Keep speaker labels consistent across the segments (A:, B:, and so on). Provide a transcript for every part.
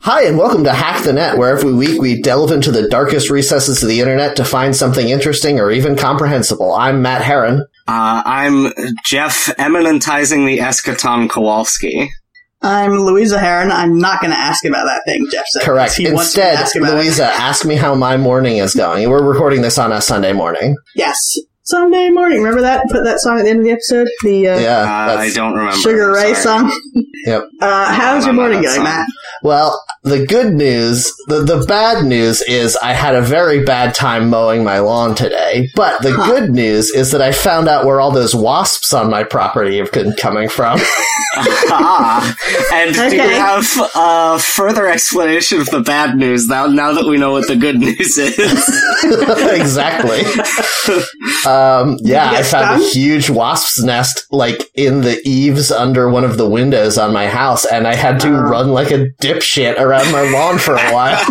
A: Hi, and welcome to Hack the Net, where every week we delve into the darkest recesses of the internet to find something interesting or even comprehensible. I'm Matt Herron.
B: Uh, I'm Jeff eminentizing the eschaton Kowalski.
C: I'm Louisa Heron. I'm not going to ask about that thing Jeff said. 'cause
A: Correct.
C: He wants me to
A: Instead,
C: ask about
A: Louisa,
C: it.
A: ask me how my morning is going. We're recording this on a Sunday morning.
C: Yes. Sunday morning. Remember that? Put that song at the end of the episode? The uh,
A: Yeah.
B: Uh, I
A: that's-
B: don't remember.
C: Sugar
B: I'm
C: Ray
B: sorry.
C: song?
A: Yep.
C: Uh, how's
B: I
C: your
B: don't know
C: morning
B: that
C: going,
B: song.
C: Matt?
A: Well, the good news, the, the bad news is I had a very bad time mowing my lawn today. But the
C: Huh.
A: good news is that I found out where all those wasps on my property have been coming from.
B: Ah. and do you
C: Okay.
B: have uh, further explanation of the bad news now, now that we know what the good news is?
A: exactly. Um, yeah,
C: Did
A: I
C: you get
A: found a
C: stung?
A: huge wasp's nest like in the eaves under one of the windows on my house, and I had to
C: Oh.
A: run like a dipshit around my lawn for a while.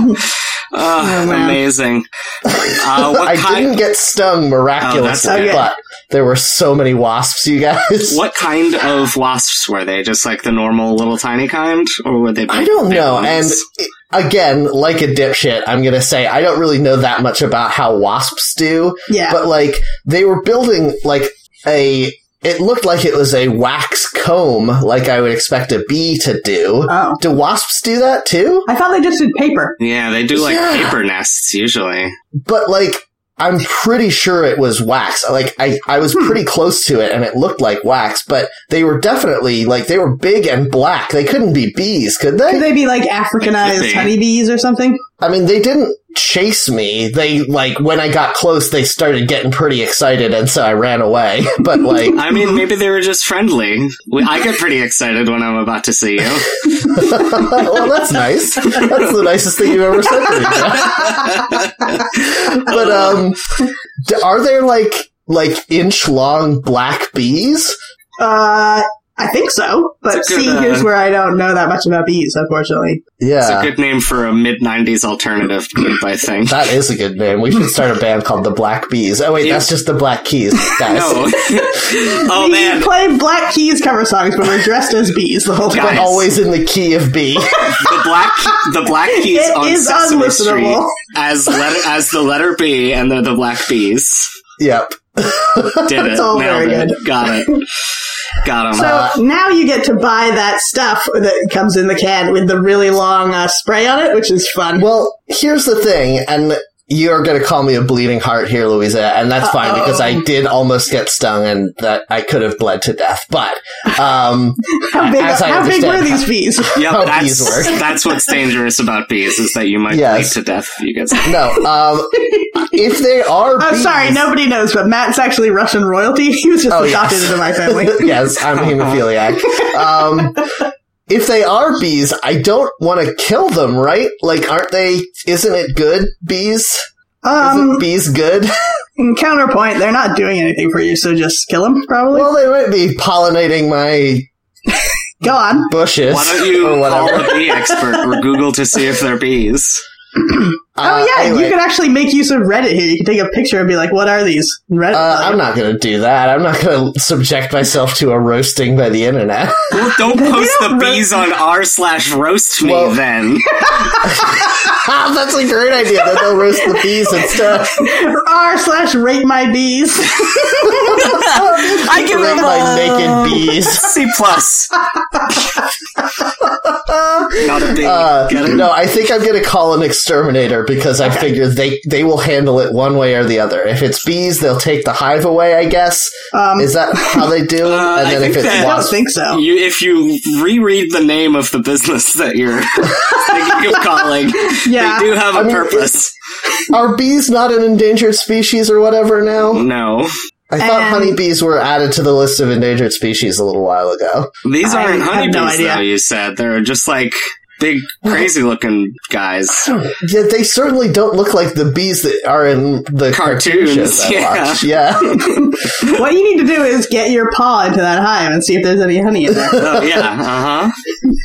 B: Ah,
C: Oh, man.
B: Amazing. Uh, what
A: I
B: kind?
A: didn't get stung miraculously,
B: Oh, that's
C: okay.
A: but there were so many wasps, you guys.
B: What kind of wasps were they? Just like the normal little tiny kind, or would they? Be
A: I don't
B: big
A: know. And
B: ones?
A: again, like a dipshit, I'm going to say I don't really know that much about how wasps do.
C: Yeah.
A: but like they were building like a it looked like it was a wax comb like i would expect a bee to do
C: oh.
A: do wasps do that too
C: I thought they just did paper.
B: yeah, they do like
A: Yeah.
B: paper nests usually.
A: but like i'm pretty sure it was wax like i i was
C: Hmm.
A: pretty close to it and it looked like wax but they were definitely like they were big and black they couldn't be bees could
C: Could
A: they
C: they be like
B: Could be.
C: Africanized honeybees or something?
A: i mean they didn't chase me they like when i got close they started getting pretty excited and so i ran away but like
B: I mean, maybe they were just friendly. We- I get pretty excited when I'm about to see you.
A: well, that's nice. That's the nicest thing you've ever said to me.
C: Uh,
A: Jeff. but um, d- are there like like inch long black bees?
C: Uh, I think so. But
B: It's a good,
C: see,
B: uh,
C: here's where I don't know that much about bees, unfortunately.
B: It's a
A: Yeah,
B: good name for a mid '90s alternative group, I think.
A: that is a good name. We should start a band called the Black Bees. Oh wait, that's just the Black Keys, guys.
B: No. oh
C: we
B: man,
C: play Black Keys cover songs, but we're dressed as bees the whole
A: But
B: Guys.
C: time.
A: always in the key of B.
B: the black the black keys
C: It
B: on
C: is
B: Sesame Street
C: unlistenable.
B: as letter as the letter B, and they're the black bees.
A: yep.
B: Did it?
C: It's all
B: Nailed
C: very
B: it.
C: good.
B: Got it. Got him.
C: So
A: Uh,
C: now you get to buy that stuff that comes in the can with the really long uh, spray on it, which is fun.
A: Well, here's the thing, and you're going to call me a bleeding heart here, Louisa, and that's fine
C: Uh-oh.
A: because I did almost get stung and that I could have bled to death. But um,
C: how big,
A: as I
C: how
A: understand
C: big were
A: how-
C: these bees?
B: Yep,
A: how
B: that's,
A: bees work.
B: that's what's dangerous about bees is that you might
A: Yes.
B: bleed to death if you get sick.
A: no, um, if they are,
C: I'm
A: bees-
C: sorry, nobody knows, but Matt's actually Russian royalty. He was just
A: Oh,
C: adopted
A: yes.
C: into my family.
A: yes, I'm hemophiliac. Um, if they are bees, I don't want to kill them, right? Like, aren't they? Isn't it good bees? Isn't
C: Um,
A: bees good?
C: counterpoint, they're not doing anything for you, so just kill them, probably.
A: well, they might be pollinating my
C: Go on.
A: bushes
B: Why don't you
A: or
B: call
A: whatever.
B: a bee expert or Google to see if they're bees?
A: Uh,
C: oh, yeah,
A: anyway.
C: you could actually make use of Reddit here. You can take a picture and be like, what are these? And Reddit.
A: Uh, I'm not going to do that. I'm not going to subject myself to a roasting by the internet.
B: Well, don't post the
C: don't ro-
B: bees on r slash roast me
A: Well-
B: then.
A: That's a great idea. Then they'll roast the bees instead.
C: R slash rate my bees.
A: I
B: give
A: Rate
B: them
A: my
B: a-
A: naked bees.
B: C plus. Not a bee.
A: Uh,
B: Get it?
A: no, I think I'm going to call an exterminator because I figure they they will handle it one way or the other. If it's bees, they'll take the hive away. I guess
C: Um,
A: is that how they do?
B: Uh,
A: and
B: I
A: then if
B: think
A: it's
B: that-
C: I don't
A: wasps,
C: think so.
B: You, if you reread the name of the business that you're thinking of calling,
C: Yeah.
B: they do have a
A: I mean,
B: purpose.
A: are bees not an endangered species or whatever now?
B: No,
A: I thought
C: And-
A: honeybees were added to the list of endangered species a little while ago.
B: these
C: I
B: aren't
C: have
B: honeybees.
C: no idea.
B: though you said they're just like big, crazy-looking guys.
A: Yeah, they certainly don't look like the bees that are in the
B: Cartoons,
A: cartoons I
B: yeah.
A: watch. Yeah.
C: What you need to do is get your paw into that hive and see if there's any honey in there.
B: Oh yeah, uh-huh.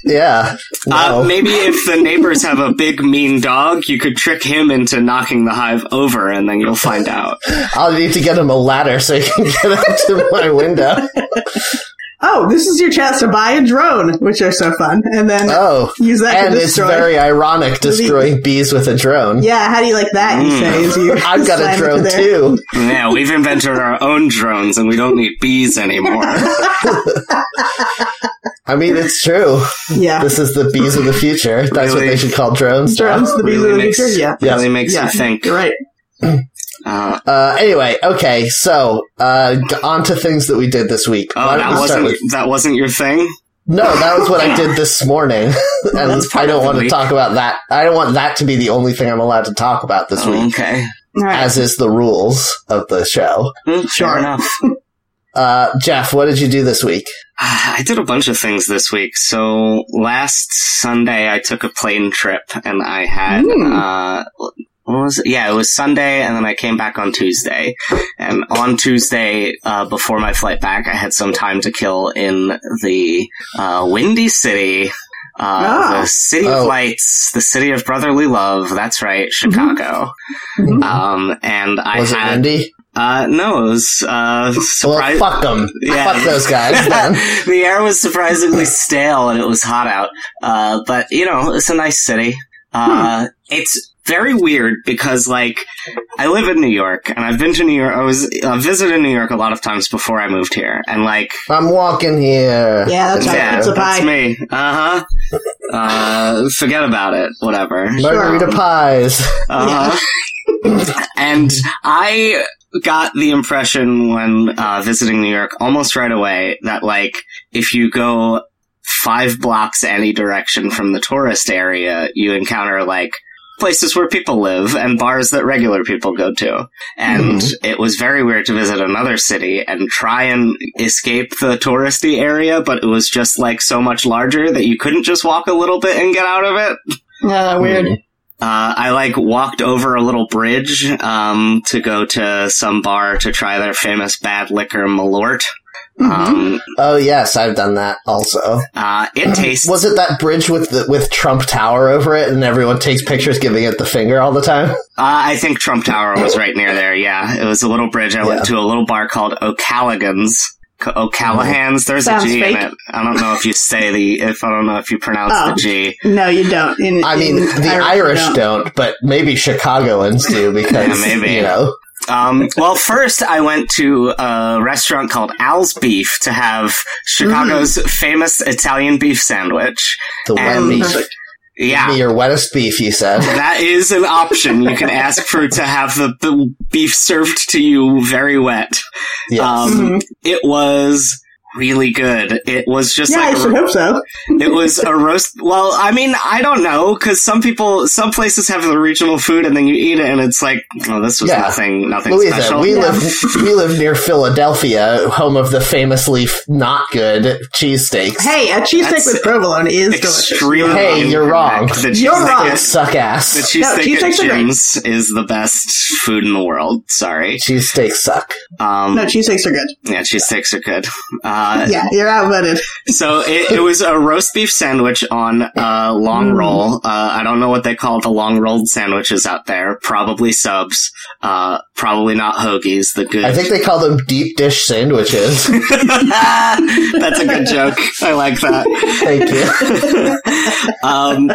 A: Yeah. No.
B: Uh, maybe if the neighbors have a big mean dog, you could trick him into knocking the hive over, and then you'll find out.
A: I'll need to get him a ladder so he can get up to my window.
C: oh, this is your chance to buy a drone, which are so fun, and then
A: Oh.
C: use that
A: And
C: to
A: it's
C: destroy.
A: very ironic destroying bees with a drone.
C: yeah, how do you like that? You
B: Mm.
C: say as you
A: I've got
C: slam
A: a
C: into
A: drone
C: their-
A: too.
B: Yeah, we've invented our own drones and we don't need bees anymore.
A: I mean, it's true.
C: Yeah,
A: This is the bees of the future. That's what
B: Really?
A: they should call drones. now.
C: drones, the bees
B: really
C: of the
B: makes,
C: future. Yeah,
B: really makes
C: Yeah.
B: you think.
C: you're right.
B: Uh,
A: Uh, anyway, okay, so uh, g- on to things that we did this week.
B: oh,
A: Why don't
B: that
A: we start
B: wasn't
A: with-
B: that wasn't your thing.
A: no, that was what I did this morning, and
B: That's
A: I
B: part of
A: don't
B: the
A: want to
B: week.
A: talk about that. I don't want that to be the only thing I'm allowed to talk about this
B: Oh,
A: week,
B: okay,
C: All right.
A: as is the rules of the show.
B: Mm,
C: Sure.
B: sure enough.
A: Uh, Jeff, what did you do this week?
B: I did a bunch of things this week. So last Sunday, I took a plane trip, and I had
C: Mm.
B: uh, what was it? Yeah, it was Sunday, and then I came back on Tuesday. And on Tuesday, uh, before my flight back, I had some time to kill in the uh, Windy City. Uh,
C: Ah.
B: The city
A: Oh.
B: of lights, the city of brotherly love. That's right, Chicago.
C: Mhm.
B: Um, and I
A: Was it
B: had
A: windy?
B: uh, no, it was uh,
A: Well,
B: surprise.
A: fuck them.
B: Yeah.
A: Fuck those guys. Then.
B: the air was surprisingly stale and it was hot out. Uh, but you know, it's a nice city.
A: Hmm.
B: Uh, it's very weird because like I live in New York and I've been to New York. I was uh, visited New York a lot of times before I moved here and like,
A: I'm walking here.
C: Yeah, that's
A: It's
C: right.
B: yeah,
C: It's a
B: that's
C: pie.
B: me. Uh-huh. Uh, forget about it. Whatever.
A: Margarita
C: Sure.
A: pies.
B: Uh-huh. and I got the impression when uh, visiting New York almost right away that, like, if you go five blocks any direction from the tourist area, you encounter, like, places where people live and bars that regular people go to. And it was very weird to visit another city and try and escape the touristy area, but it was just, like, so much larger that you couldn't just walk a little bit and get out of it.
C: Yeah, weird.
B: Uh, I like walked over a little bridge um, to go to some bar to try their famous bad liquor Malort.
C: Mm-hmm.
B: Um,
A: Oh yes, I've done that also.
B: uh, it tastes
A: Was it that bridge with the, with Trump Tower over it, and everyone takes pictures giving it the finger all the time?
B: Uh, I think Trump Tower was right near there. Yeah, it was a little bridge. I
A: Yeah.
B: went to a little bar called O'Callaghan's. C- O'Callahan's. There's
C: Sounds
B: a G in
C: fake.
B: it. I don't know if you say the. If I don't know if you pronounce
C: Oh.
B: the G.
C: No, you don't. In-
A: I mean,
C: in
A: the Irish,
C: you
A: don't. but maybe Chicagoans do because
B: Yeah, maybe.
A: you know.
B: Um, well, first I went to a restaurant called Al's Beef to have
C: Mm-hmm.
B: Chicago's famous Italian beef sandwich.
A: The
B: And-
A: wet beef.
C: Mm-hmm. Perfect.
B: Yeah.
A: Give me your wettest beef, you said.
B: That is an option. You can ask for to have the, the beef served to you very wet.
A: Yes.
B: Um,
C: Mhm.
B: It was really good. It was just
C: Yeah,
B: like
C: I should hope so.
B: it was a roast. Well, I mean, I don't know because some people, some places have the regional food, and then you eat it, and it's like, oh, this was
A: Yeah.
B: nothing, nothing
A: Louisa,
B: special.
A: we
C: Yeah.
A: live we live near Philadelphia, home of the famously f- not good cheesesteaks.
C: Hey, a cheesesteak
B: That's
C: with provolone is delicious.
B: Extremely.
A: Hey, you're wrong.
B: incorrect. The
C: You're
B: cheesesteak
C: wrong.
B: is-
A: Suck ass.
B: The cheesesteak
C: cheesesteaks
B: at
C: are great.
B: Jim's is the best food in the world. Sorry.
A: cheesesteaks suck.
B: Um,
C: No, cheesesteaks are good.
B: yeah, cheesesteaks are good. Uh,
C: Yeah, you're outvoted.
B: So it, it was a roast beef sandwich on a long
C: Mm.
B: roll. Uh, I don't know what they call the long rolled sandwiches out there. Probably subs. Uh, probably not hoagies. The good.
A: I think they call them deep dish sandwiches.
B: that's a good joke. I like that.
A: Thank you.
B: um,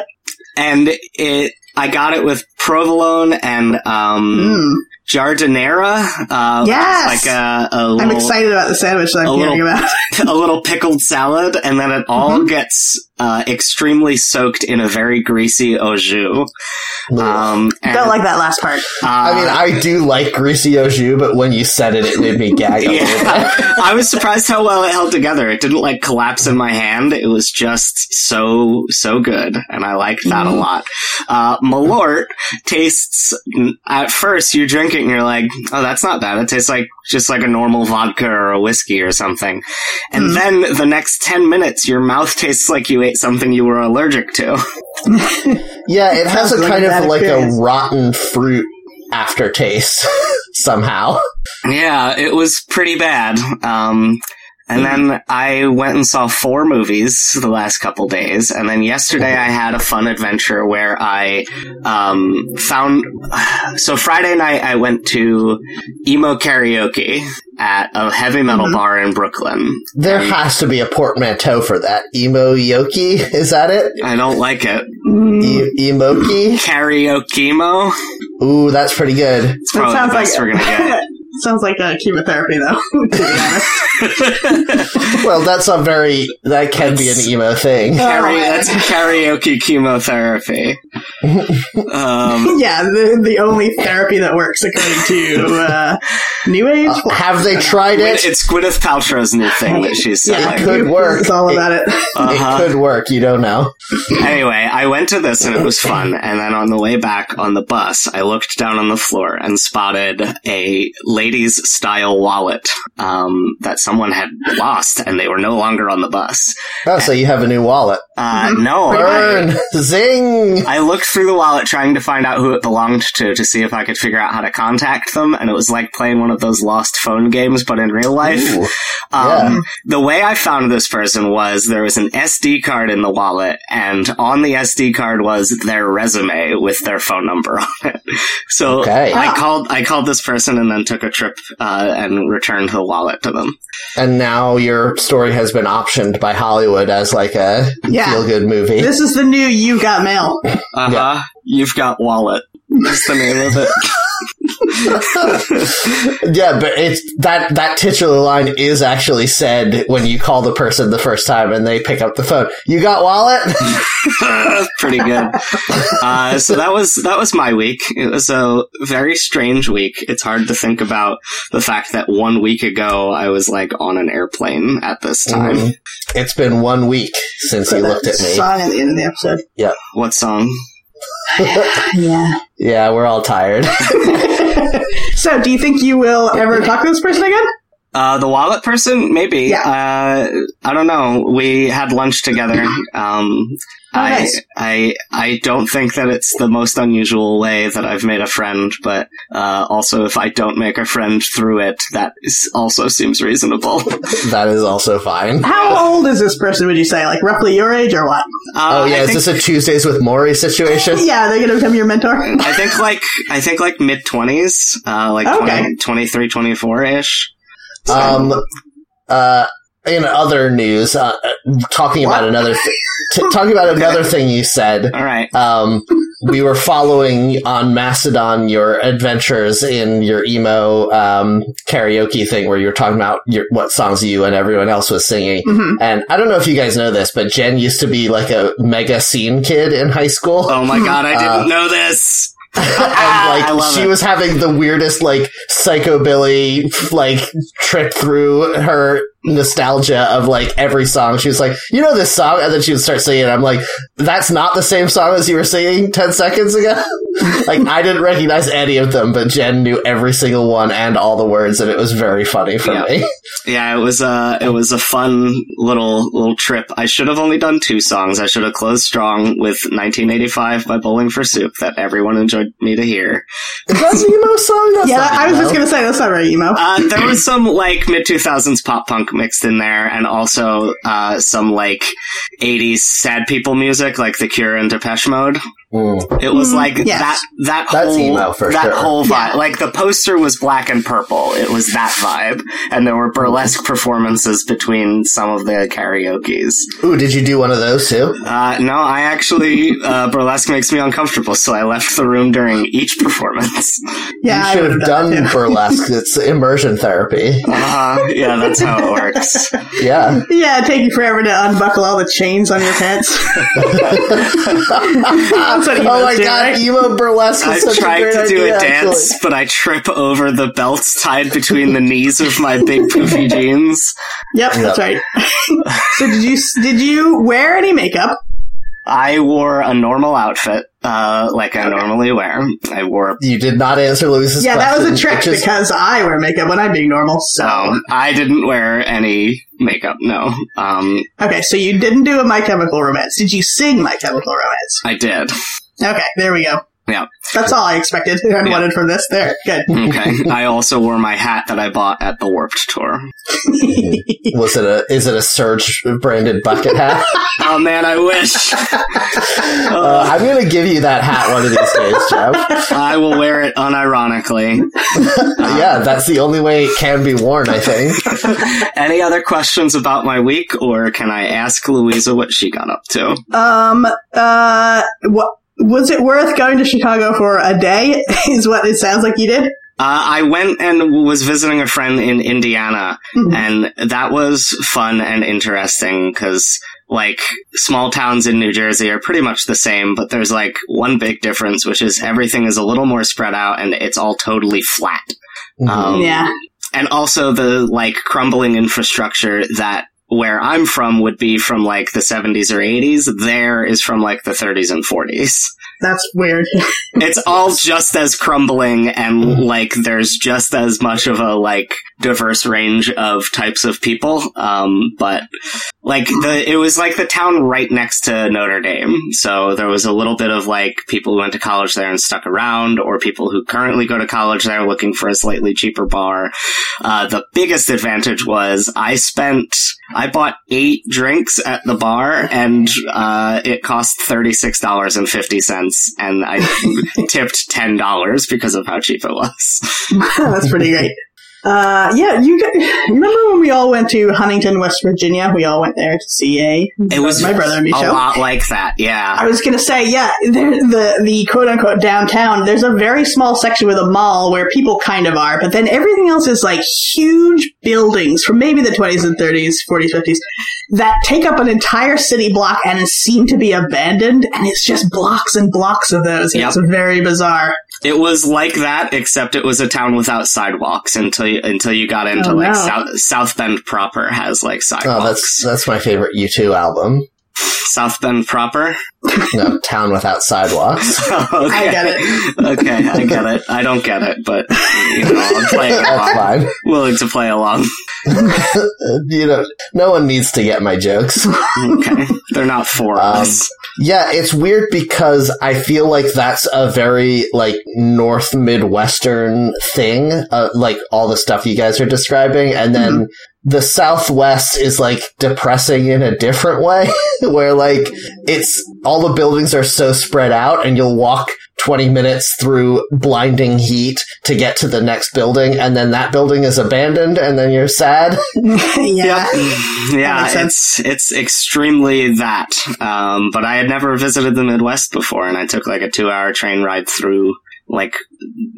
B: and it, I got it with provolone and um,
C: Mm.
B: jardinera. Uh,
C: Yes!
B: like a, a little,
C: I'm excited about the sandwich that
B: a
C: I'm
B: little-
C: hearing about.
B: a little pickled salad, and then it all gets uh, extremely soaked in a very greasy au jus. Um, and,
C: Don't like that last part.
B: uh,
A: I mean, I do like greasy au jus, but when you said it, it made me gag a little bit.
B: yeah, I was surprised how well it held together. It didn't like collapse in my hand. It was just so so good, and I liked that a lot. Uh, Malort tastes. At first, you drink it and you're like, "Oh, that's not bad." It tastes like just like a normal vodka or a whiskey or something. And then the next ten minutes, your mouth tastes like you ate something you were allergic to.
A: Yeah, it has a
C: Sounds like
A: kind
C: a bad
A: of like
C: experience.
A: a rotten fruit aftertaste somehow.
B: Yeah, it was pretty bad. Um, And
C: Mm-hmm.
B: then I went and saw four movies the last couple days. And then yesterday I had a fun adventure where I um, found. So Friday night I went to emo karaoke at a heavy metal
C: Mhm.
B: bar in Brooklyn.
A: There has to be a portmanteau for that. Emo Yoki? Is that it?
B: I don't like it.
C: Mm,
A: E- Emoki?
B: Karaoke mo.
A: Ooh, that's pretty good.
B: It's
C: That
B: probably the
C: sounds
B: best
C: like-
B: we're gonna get.
C: sounds like uh, chemotherapy, though. to be honest.
A: Well, that's a very, that can be an emo thing.
B: Karaoke,
C: man.
B: that's karaoke chemotherapy. um,
C: yeah, the, the only therapy that works according to uh, New Age.
A: Uh,
B: Oh,
A: have they tried
B: Gwyn-
A: it?
B: it's Gwyneth Paltrow's new thing that she's
A: it
B: selling.
A: could work.
C: It's all
A: It-
C: about it.
B: Uh-huh.
A: It could work. You don't know.
B: Anyway, I went to this and it was fun. And then on the way back on the bus, I looked down on the floor and spotted a ladies' style wallet um, that someone had lost, and they were no longer on the bus.
A: Oh, so you have a new wallet.
B: Uh,
A: Mm-hmm.
B: no, I-
A: Burn! Zing!
B: I looked through the wallet trying to find out who it belonged to to see if I could figure out how to contact them, and it was like playing one of those lost phone games, but in real life.
A: Ooh.
B: Um,
A: Yeah.
B: The way I found this person was there was an SD card in the wallet, and on the SD card was their resume with their phone number on it. So
A: Okay.
B: I
C: Ah.
B: called I called this person and then took a trip uh, and returned the wallet to them.
A: And now your story has been optioned by Hollywood as like a
C: Yeah.
A: feel good movie.
C: This is the new You Got Mail.
B: Uh huh. You've got wallet. That's the name of it.
A: yeah, but it's that that titular line is actually said when you call the person the first time and they pick up the phone. You got wallet?
B: pretty good. Uh, so that was that was my week. It was a very strange week. It's hard to think about the fact that one week ago I was like on an airplane at this
A: Mhm.
B: time.
C: Mm-hmm.
A: It's been one week since you looked at me.
C: Song at the end of the episode.
B: What song?
C: Yeah.
A: Yeah, we're all tired.
C: So, do you think you will ever talk to this person again?
B: Uh, the wallet person? Maybe.
C: Yeah.
B: Uh, I don't know. We had lunch together. Um,
C: Oh,
B: I,
C: nice.
B: I, I don't think that it's the most unusual way that I've made a friend, but, uh, also if I don't make a friend through it, that is also seems reasonable. Uh,
A: that is also fine.
C: How old is this person? Would you say like roughly your age or what?
B: Uh,
A: oh
B: I
A: yeah, is
B: think-
A: this a Tuesdays with Maury situation?
C: Yeah, they're gonna become your mentor.
B: I think like I think like mid twenties, uh, like
C: Okay.
B: 20, 23, 24 ish.
A: Um, uh, in other news, uh, talking about
C: What?
A: another th- t- talking about another thing you said.
B: all right.
A: Um, we were following on Mastodon your adventures in your emo um, karaoke thing, where you were talking about your, what songs you and everyone else was singing.
C: Mhm.
A: And I don't know if you guys know this, but Jen used to be like a mega scene kid in high school.
B: Oh
C: Hmm.
B: my god, I didn't
A: Uh,
B: know this.
C: Ah,
A: and like
B: I love
A: she
B: it.
A: was having the weirdest like psychobilly like trip through her nostalgia of like every song. She was like, "You know this song," and then she would start singing. and I'm like, "That's not the same song as you were singing ten seconds ago." like I didn't recognize any of them, but Jen knew every single one and all the words, and it was very funny for
B: Yeah.
A: me.
B: Yeah, it was a it was a fun little little trip. I should have only done two songs. I should have closed strong with 1985 by Bowling for Soup that everyone enjoyed me to hear.
A: Is that an emo song? That's
C: yeah,
A: not
C: I was
A: emo.
C: just gonna say that's not very emo.
B: Uh, there was some like mid 2000s pop punk mixed in there, and also uh, some like 80s sad people music like The Cure and Depeche Mode.
A: Mm.
B: It was
C: Mm,
B: like
C: yes.
B: that that
A: That's
B: whole
A: emo for
B: that
A: sure.
B: whole vibe. Like the poster was black and purple. It was that vibe, and there were burlesque performances between some of the karaoke's.
A: Ooh, did you do one of those too?
B: Uh, no, I actually uh, burlesque makes me uncomfortable, so I left the room during each performance.
C: yeah,
A: you should have
C: would've
A: done
C: that
A: burlesque. It's immersion therapy.
B: Uh, yeah, that's how it works.
A: Yeah.
C: too. Yeah, it'd take you forever to unbuckle all the chains on your pants. That's what
A: oh
C: emos
A: my
C: do,
A: god,
C: right?
A: emo burlesque
B: I
A: is such a
B: tried
A: great
B: to do
A: idea,
B: a dance, but I trip over the belts tied between the knees of my big poofy jeans.
C: Yep, that's right. so did you did you wear any makeup?
B: I wore a normal outfit, uh, like I normally wear. I wore a
A: actually. You did not answer Louise's
C: yeah, that
A: question.
C: was a trick
A: which is-
C: because I wear makeup when I'm being normal. So
B: so um, I didn't wear any makeup. No, um,
C: okay, so you didn't do a My Chemical Romance. Did you sing My Chemical Romance?
B: I did.
C: Okay, there we go.
B: Yeah.
C: That's all I expected and
B: Yeah.
C: wanted from this. There, good.
B: Okay. I also wore my hat that I bought at the Warped Tour.
A: Was it a is it a Surge branded bucket hat?
B: Oh man, I wish.
A: Uh, I'm gonna give you that hat one of these days, Jeff.
B: I will wear it unironically.
A: yeah, that's the only way it can be worn. I think.
B: Any other questions about my week, or can I ask Louisa what she got up to?
C: Um, uh, what, was it worth going to Chicago for a day? Is what it sounds like you did.
B: Uh, I went and was visiting a friend in Indiana,
C: Mhm.
A: Um,
B: and that was fun and interesting because, like, small towns in New Jersey are pretty much the same, but there's like one big difference, which is everything is a little more spread out and it's all totally flat. Um,
C: Yeah.
B: And also the like crumbling infrastructure that where I'm from would be from like the 70s or 80s. There is from like the 30s and 40s.
C: That's weird.
B: It's all just as crumbling and like there's just as much of a like diverse range of types of people. Um, but like the, it was like the town right next to Notre Dame. So there was a little bit of like people who went to college there and stuck around or people who currently go to college there looking for a slightly cheaper bar. Uh, the biggest advantage was I spent, I bought eight drinks at the bar and, uh, it cost $36.50 and I tipped $10 because of how cheap it was.
C: That's pretty great. Uh, yeah, you g- remember when we all went to Huntington, West Virginia? We all went there to see a.
B: It was
C: my brother and me
B: a
C: show.
B: lot like that. Yeah.
C: I was gonna say, yeah, there, the the quote unquote downtown. There's a very small section with a mall where people kind of are, but then everything else is like huge buildings from maybe the 20s and 30s, 40s, 50s that take up an entire city block and seem to be abandoned, and it's just blocks and blocks of those. and
B: Yep.
C: It's very bizarre.
B: It was like that, except it was a town without sidewalks until you, until you got into
C: Oh,
B: like
C: no.
B: South, South Bend proper has like
A: Oh,
B: sidewalks.
A: that's that's my favorite U2 album.
B: South Bend proper.
A: No, Town Without Sidewalks.
B: okay.
C: get
B: it. Okay, I get it. I don't get it, but you know, I'm playing
A: That's
B: along.
A: fine.
B: Willing to play along.
A: you know, no one needs to get my jokes.
B: Okay, they're not for
A: Um,
B: us.
A: Yeah, it's weird because I feel like that's a very like North Midwestern thing, uh, like all the stuff you guys are describing, and then the Southwest is like depressing in a different way, where like it's all the buildings are so spread out, and you'll walk. 20 minutes through blinding heat to get to the next building and then that building is abandoned and then you're sad.
C: yeah. That
B: Yeah,
C: makes
B: it's it's extremely that. Um, but I had never visited the Midwest before, and I took like a two-hour train ride through like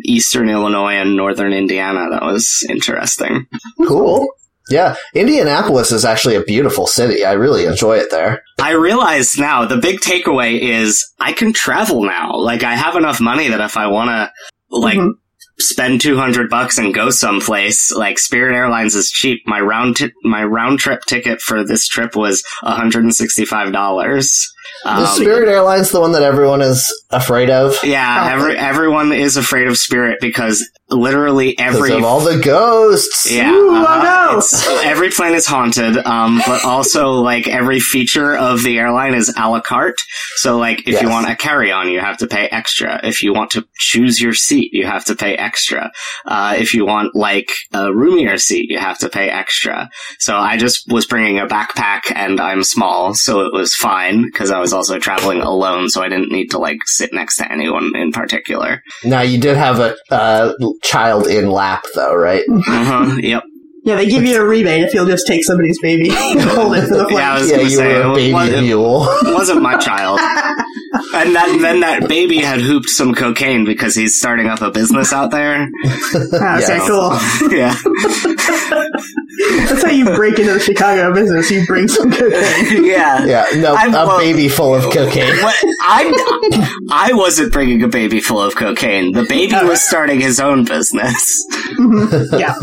B: eastern Illinois and northern Indiana. That was interesting.
A: Cool. Yeah, Indianapolis is actually a beautiful city. I really enjoy it there.
B: I realize now the big takeaway is I can travel now. Like I have enough money that if I want to, like.
C: Mhm.
B: Spend two hundred bucks and go someplace. Like Spirit Airlines is cheap. My round ti my round trip ticket for this trip was one hundred and sixty five dollars. Um,
A: Is Spirit Airlines the one that everyone is afraid of?
B: Yeah,
C: Probably.
B: every, everyone is afraid of spirit because literally
A: Because
B: every
A: of all the ghosts.
B: yeah, uh-huh.
C: Ooh, oh no.
B: it's- every plane is haunted. Um, but also like every feature of the airline is a la carte. So like if
A: Yes.
B: you want a carry on, you have to pay extra. If you want to choose your seat, you have to pay extra. Uh, if you want like a roomier seat, you have to pay extra. So I just was bringing a backpack and I'm small, so it was fine because I was also traveling alone, so I didn't need to like sit next to anyone in particular.
A: Now you did have a uh, child in lap, though, right?
B: Uh-huh, yep.
C: Yeah, they give you a rebate if you'll just take somebody's baby and hold it for the
B: Yeah, I
C: flight.
B: was
A: yeah,
B: gonna
A: you
B: say
A: were
B: it
A: a
B: wa-
A: baby
B: wasn't-
A: mule.
B: wasn't my child. And that, then that baby had hooped some cocaine because he's starting up a business out there.
C: Ah, okay,
B: Yeah.
C: cool.
B: yeah.
C: That's how you break into the Chicago business. You bring some cocaine.
B: Yeah.
A: yeah, no,
B: I'm
A: a
B: well-
A: baby full of cocaine.
B: What, I, I wasn't bringing a baby full of cocaine. The baby was starting his own business.
C: Yeah.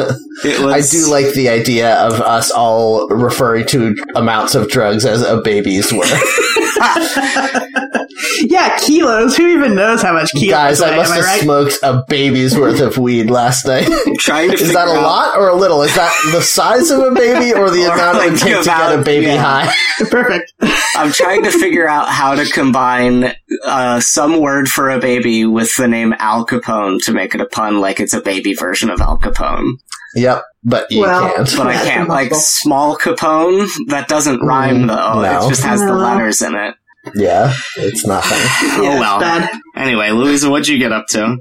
B: It
A: I
B: was,
A: do like the idea of us all referring to amounts of drugs as a baby's worth.
C: yeah, kilos. Who even knows how much kilos?
A: Guys, I
C: weigh,
A: must
C: am
A: have
C: right?
A: smoked a baby's worth of weed last night.
B: Trying to
A: Is
B: figure
A: that a
B: out-
A: lot or a little? Is that the size of a baby or the
B: Or
A: amount it would
B: like
A: take to get a
B: about-
A: baby
B: yeah.
A: high?
C: Perfect.
B: I'm trying to figure out how to combine uh, some word for a baby with the name Al Capone to make it a pun, like it's a baby version of Al Capone.
A: Yep, but you
C: Well,
A: can't.
B: But I
C: That's
B: can't. Like
C: impossible.
B: small Capone, that doesn't rhyme
A: Mm,
B: though.
A: no.
B: It just has the
C: No.
B: letters in it.
A: Yeah, it's not funny.
B: Oh
C: Yeah, it's
B: well.
C: bad.
B: Anyway, Louisa, what'd you get up to?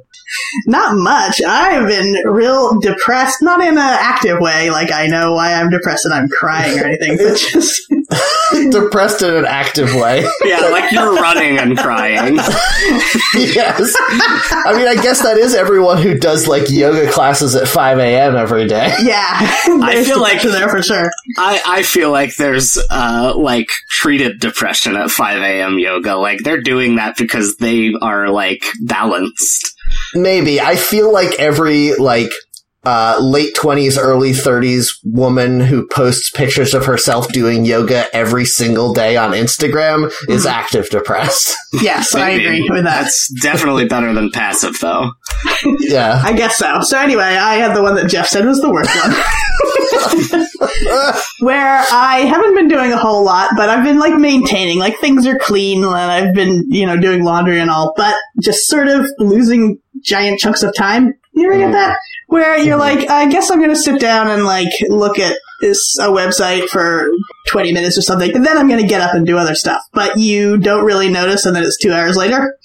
C: Not much. I've been real depressed, not in an active way, like I know why I'm depressed and I'm crying or anything, but just
A: Depressed in an active way.
B: Yeah, like you're running and crying.
A: yes. I mean, I guess that is everyone who does like yoga classes at 5 a.m. every day.
C: yeah.
B: I feel like-
C: depression there for sure.
B: I, I feel like there's uh like treated depression at 5 a.m. yoga. Like they're doing that because they are like balanced.
A: Maybe. I feel like every like uh, late 20s, early 30s woman who posts pictures of herself doing yoga every single day on Instagram is active depressed.
C: Yes, I
B: Maybe.
C: agree with that.
B: That's definitely better than passive though.
A: yeah.
C: I guess so. So anyway, I had the one that Jeff said was the worst one. Where I haven't been doing a whole lot, but I've been like maintaining, like things are clean and I've been, you know, doing laundry and all, but just sort of losing giant chunks of time. You ever get
A: Mm.
C: that? Where you're
A: Mm-hmm.
C: like, I guess I'm gonna sit down and like look at this a website for 20 minutes or something, and then I'm gonna get up and do other stuff. But you don't really notice and then it's two hours later.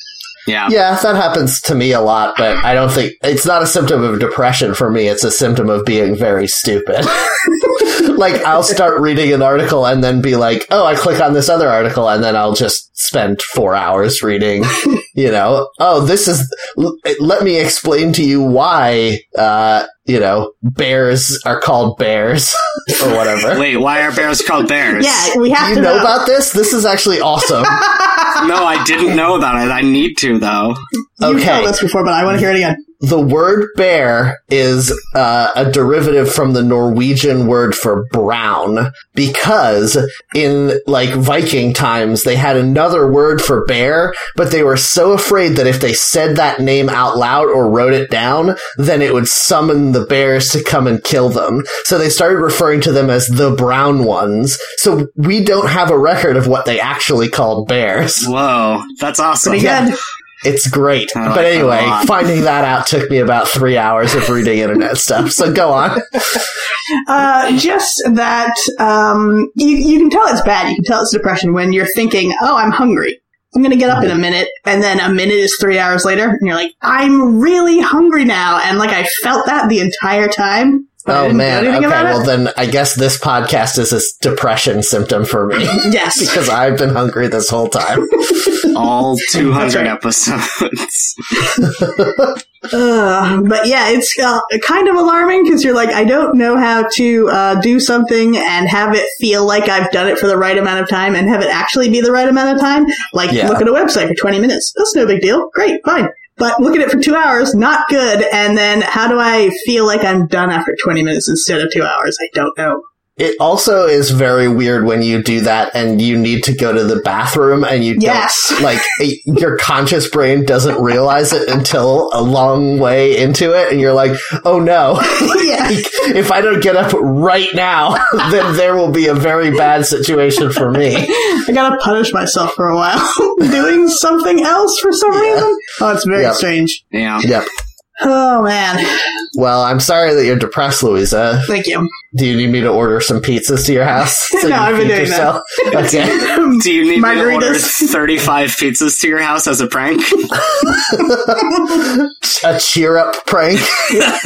B: Yeah.
A: Yeah, that happens to me a lot, but I don't think it's not a symptom of depression for me. It's a symptom of being very stupid. like, I'll start reading an article and then be like, oh, I click on this other article and then I'll just spend four hours reading, you know, oh, this is, l- let me explain to you why, uh, you know, bears are called bears or whatever.
B: Wait, why are bears called bears?
C: Yeah, we have
A: You
C: to
A: know about this? This is actually awesome.
B: No, I didn't know that. I, I need to though.
C: You've
A: Okay.
C: told us before, but I want to hear it again.
A: the word bear is uh, a derivative from the Norwegian word for brown because in like Viking times they had another word for bear, but they were so afraid that if they said that name out loud or wrote it down, then it would summon the bears to come and kill them. So they started referring to them as the brown ones. So we don't have a record of what they actually called bears.
B: Whoa, that's awesome.
C: Pretty
A: Yeah.
C: good.
A: It's great.
C: Oh,
B: I like
A: but
B: that a
A: anyway,
B: lot.
A: finding that out took me about three hours of reading internet stuff. So go on.
C: Uh, just that um, you, you can tell it's bad. You can tell it's depression when you're thinking, oh, I'm hungry. I'm going to get up in a minute. And then a minute is three hours later. And you're like, I'm really hungry now. And like, I felt that the entire time. But I
A: Oh
C: didn't
A: man.
C: Do
A: Okay.
C: anything about
A: Well,
C: it.
A: then I guess this podcast is a s- depression symptom for me
C: yes.
A: because I've been hungry this whole time.
B: All 200
C: right.
B: episodes.
C: Ugh, but yeah, it's uh, kind of alarming because you're like, I don't know how to uh, do something and have it feel like I've done it for the right amount of time and have it actually be the right amount of time. Like,
A: Yeah.
C: look at a website for 20 minutes. That's no big deal. Great, fine. But look at it for two hours, not good. And then how do I feel like I'm done after 20 minutes instead of two hours? I don't know.
A: It also is very weird when you do that and you need to go to the bathroom and you
C: Yes.
A: don't like it- your conscious brain doesn't realize it until a long way into it and you're like, "Oh no."
C: yeah.
A: if I don't get up right now, then there will be a very bad situation for me.
C: I gotta punish myself for a while doing something else for some reason. Oh, it's very
A: Yep.
C: strange.
B: Yeah.
A: Yep.
C: Oh man.
A: Well, I'm sorry that you're depressed, Louisa.
C: Thank you.
A: Do you need me to order some pizzas to your house? so
C: No,
A: you
C: I've
A: feed
C: been doing that.
A: yourself? Okay.
B: Do you need me to order
C: Margaritas.
B: 35 pizzas to your house as a prank?
A: A cheer up prank.